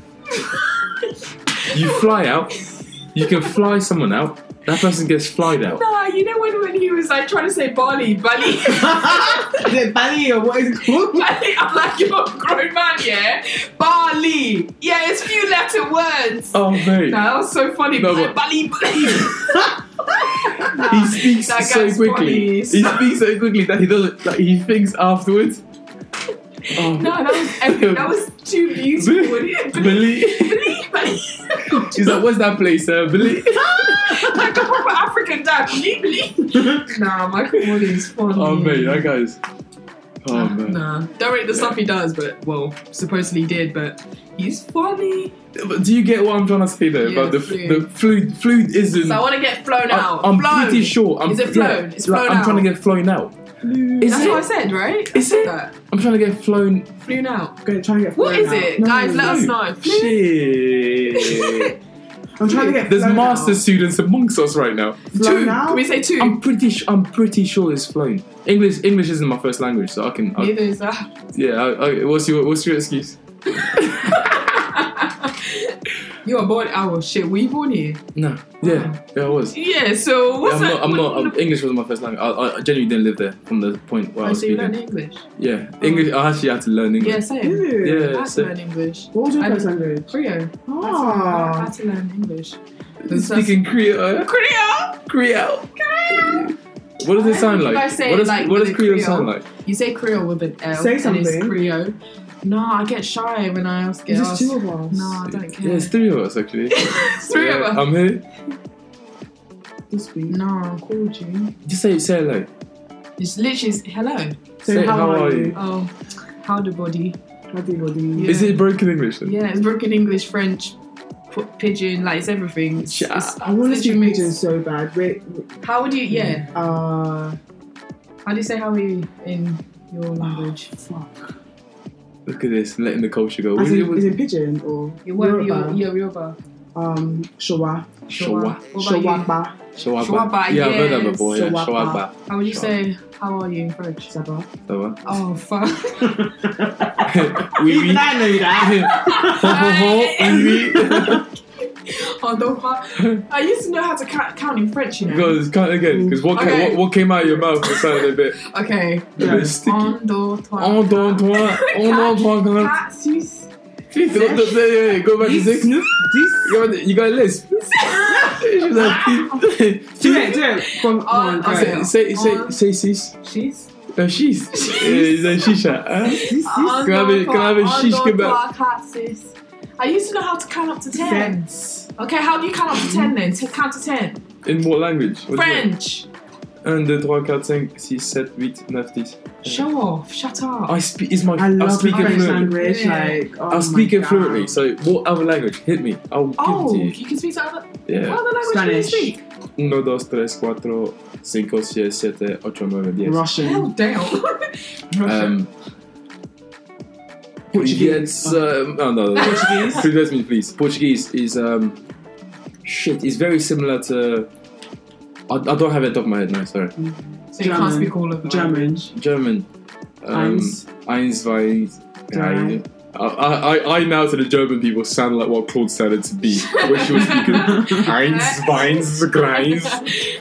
C: You fly out, you can fly someone out, that person gets flied out.
A: Nah, you know when, when he was like trying to say Bali, Bali,
B: is it Bali or what is it called?
A: Bali, I'm like you're a grown man, yeah. Bali, yeah, it's few letter words.
C: Oh, mate.
A: Nah, that was so funny.
C: No,
A: Bali,
C: but-
A: Bali, Bali. Nah,
C: He speaks
A: that
C: so
A: guy's
C: quickly.
A: funny.
C: He speaks so quickly that he doesn't, like, he thinks afterwards. Oh,
A: No, that was epic. That was too beautiful. Bali,
C: Billy.
A: Bali, Bali.
C: She's like, what's that place, uh, Billy?
A: like a proper African dad. Bali, Bali. Nah, Michael Morgan is funny.
C: Oh, mate, that guy's. Oh, man.
A: Nah, don't rate the stuff he does, but well, supposedly he did, but he's funny.
C: But do you get what I'm trying to say though
A: Yeah,
C: about the
A: fluid.
C: the fluid fluid isn't.
A: So I want to get flown
C: I,
A: out.
C: I'm
A: flown.
C: pretty sure. I'm,
A: Is it
C: yeah,
A: flown? It's
C: like,
A: flown
C: I'm
A: out.
C: trying to get flown out. Is
A: That's
C: it?
A: what I said, right?
C: Is
A: I said
C: it?
A: That.
C: I'm trying to get flown.
A: Flown out.
B: Go try and get
A: What
B: flown
A: is
B: out.
A: it, guys? Let us know.
C: Shit.
B: I'm trying to get
C: There's
B: flown
C: master
B: out.
C: students amongst us right now.
B: Flown
C: Two.
A: Can
B: out?
A: we say 2
C: I'm pretty. Sh- I'm pretty sure it's flown. English. English isn't my first language, so I can. I,
A: Neither is uh, that.
C: yeah. I, I, what's your What's your excuse?
A: you are born. Oh well, shit, were you born here?
C: No. Yeah. Yeah, I was.
A: Yeah. So
C: Yeah,
A: what's
C: I'm
A: that?
C: not. I'm
A: what-
C: not I'm, English wasn't my first language. I, I genuinely didn't live there from the point where
A: Oh,
C: I was
A: so you
C: speaking.
A: learn English?
C: Yeah, English. I actually had to learn English.
A: Yeah, same.
B: Ew.
C: Yeah.
A: I had to
C: same.
A: learn English.
B: What was your
A: I-
B: first language?
A: Creole. I
B: Ah.
A: had to learn English.
C: Speaking Creole.
A: Creole.
C: Creole. What does it sound like?
A: If I say
C: what does,
A: like with
C: what does
A: a
C: Creole,
A: Creole-
C: sound like?
A: You say Creole with an L.
B: Say
A: And it's
B: something.
A: Creole. No, I get shy when I ask.
B: Is
A: get
B: this
A: asked-
B: two of us?
A: No, I don't care.
C: Yeah, it's three of us actually.
A: It's three
C: yeah,
A: of us.
C: I'm here.
B: This week.
A: No, I called you.
C: Just say say hello.
A: It's literally hello.
B: So
C: Say, how are you?
A: Oh, how the body?
B: How do you do?
A: Yeah.
C: Is it broken English then?
A: Yeah, it's broken English, French, p- pigeon, like it's everything. It's,
C: Shut
A: it's-
B: I want to
A: Literally
B: do
A: mixed.
B: pigeon so bad. Wait,
A: how would you? Yeah,
B: uh,
A: how do you say how are you in your language?
B: fuck.
C: Look at this, letting the culture go.
B: As
C: What
B: in, is
C: was-
B: it pigeon or
A: Your word, your
B: Yoruba?
A: your Yoruba.
B: Um, Showa,
A: What
C: Shawa.
A: about you?
B: Shawaba,
C: Shawaba.
A: Shawaba,
C: Yeah, I've heard that
A: yes.
C: before. Yeah,
B: Shawaba.
C: Shawaba.
A: How would you say how are you in French?
B: Saba.
C: Shawaba.
A: Oh fuck!
C: Oui, oui.
B: I know
C: Ho, ho, ho. Oui, oui.
A: Oh, the fuck. I used to know how to count, count in French, you know.
C: Because can't again. Because what,
A: Okay.
C: came, what, what came out of your mouth was sounded a bit,
A: Okay.
C: a
B: Yeah.
C: bit sticky.
A: Un, deux, trois.
C: On don't
A: quatre.
C: want, on don't want.
A: Quatre, six.
C: Please don't- don't- yeah, yeah, yeah, Go back to six. You got, you got a list. She's like,
B: Do it, do it. From
A: On-
B: on,
A: okay.
B: Oh, okay.
C: say, say, say,
A: On-
C: say, sis.
A: Six.
C: Uh, she's. She's a shisha. Huh?
A: Un,
C: Can I have a-
A: deux,
C: can I have a
A: trois. Un,
C: shish
A: deux,
C: kebab?
A: trois, quatre, six. I used to know how to count up to ten.
B: Sense.
A: Okay, how do you count up to ten then? To count to ten.
C: In what language? What is it?
A: French.
C: 1, 2, 3, 4, 5, 6, 7, 8, 9, 10.
A: Show off. Shut up.
C: I speak, is my,
B: I
C: I'll
B: love the
C: speak it
B: French
C: fluently.
B: language.
A: Yeah.
B: Like, oh
C: I'll speak
B: my
C: it
B: God.
C: fluently. So, what other language? Hit me. I'll give
A: oh,
C: it to you.
A: you can speak to other.
C: Yeah.
A: What other language do you
B: Spanish.
A: speak?
C: Uno, dos, tres, cuatro, cinco, seis, siete, ocho, nueve, diez.
A: Hell,
B: Russian.
A: damn. Russian.
C: Um, Portuguese. Um, oh, no, no, no.
B: Portuguese.
C: Forgive me, please. Portuguese is um, shit. It's very similar to. I, I don't have it off my head now. Sorry.
A: so you can't
C: Um,
B: German.
A: speak all of them.
B: German.
C: German. Um,
B: Eins.
C: Eins, zwei, drei. I, I, I- I now to the German people sound like what Claude sounded to be when she was speaking. Eins, weins, greins,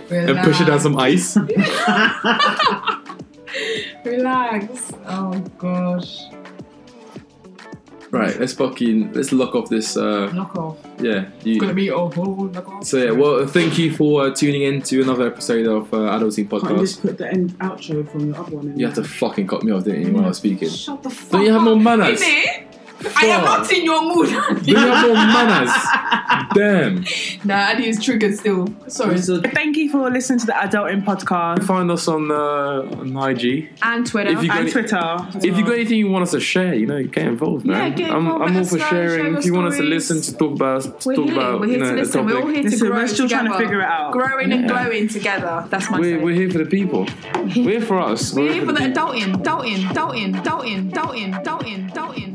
C: and push it down some ice.
A: Relax. Oh gosh.
C: Right, let's fucking let's lock off this. Uh,
A: Knock off.
C: yeah,
A: It's gonna
C: you.
A: be a whole knock off.
C: So yeah, well, thank you for uh, tuning in to another episode of uh, Adulting
B: Can't you
C: Podcast.
B: just put the end outro from the other one in?
C: You had to fucking cut me off, didn't you, when I was speaking?
A: Shut the fuck
C: Don't you have
A: up.
C: no manners?
A: Innit? I am
C: Fuck.
A: not in your mood.
C: Do you have no manners? Damn.
A: nah, Andy is triggered still. Sorry.
B: Thank you for listening to the Adult in
C: You can
B: podcast
C: find us on, uh, on IG.
A: And Twitter.
C: If you got
B: and
C: it-
B: Twitter.
C: If you got anything you want us to share, you know, get involved, man.
A: Yeah, get
C: I'm,
A: involved,
C: I'm
A: let
C: all
A: us
C: for
A: know,
C: sharing.
A: share your
C: if you want us to
A: stories.
C: listen, to talk about,
A: we're
C: talk
A: here.
C: about,
A: we're here
C: you know,
A: to
C: a
A: listen.
C: topic.
A: We're all here to
B: Listen,
A: grow
B: we're still
A: together.
B: trying to figure it out.
A: Growing and
C: Yeah.
A: glowing together. That's my
C: We're,
A: saying.
C: we're here for the people. We're here for us.
A: We're here for the
C: people.
A: adulting, adulting, adulting, adulting, adulting, adulting, adulting.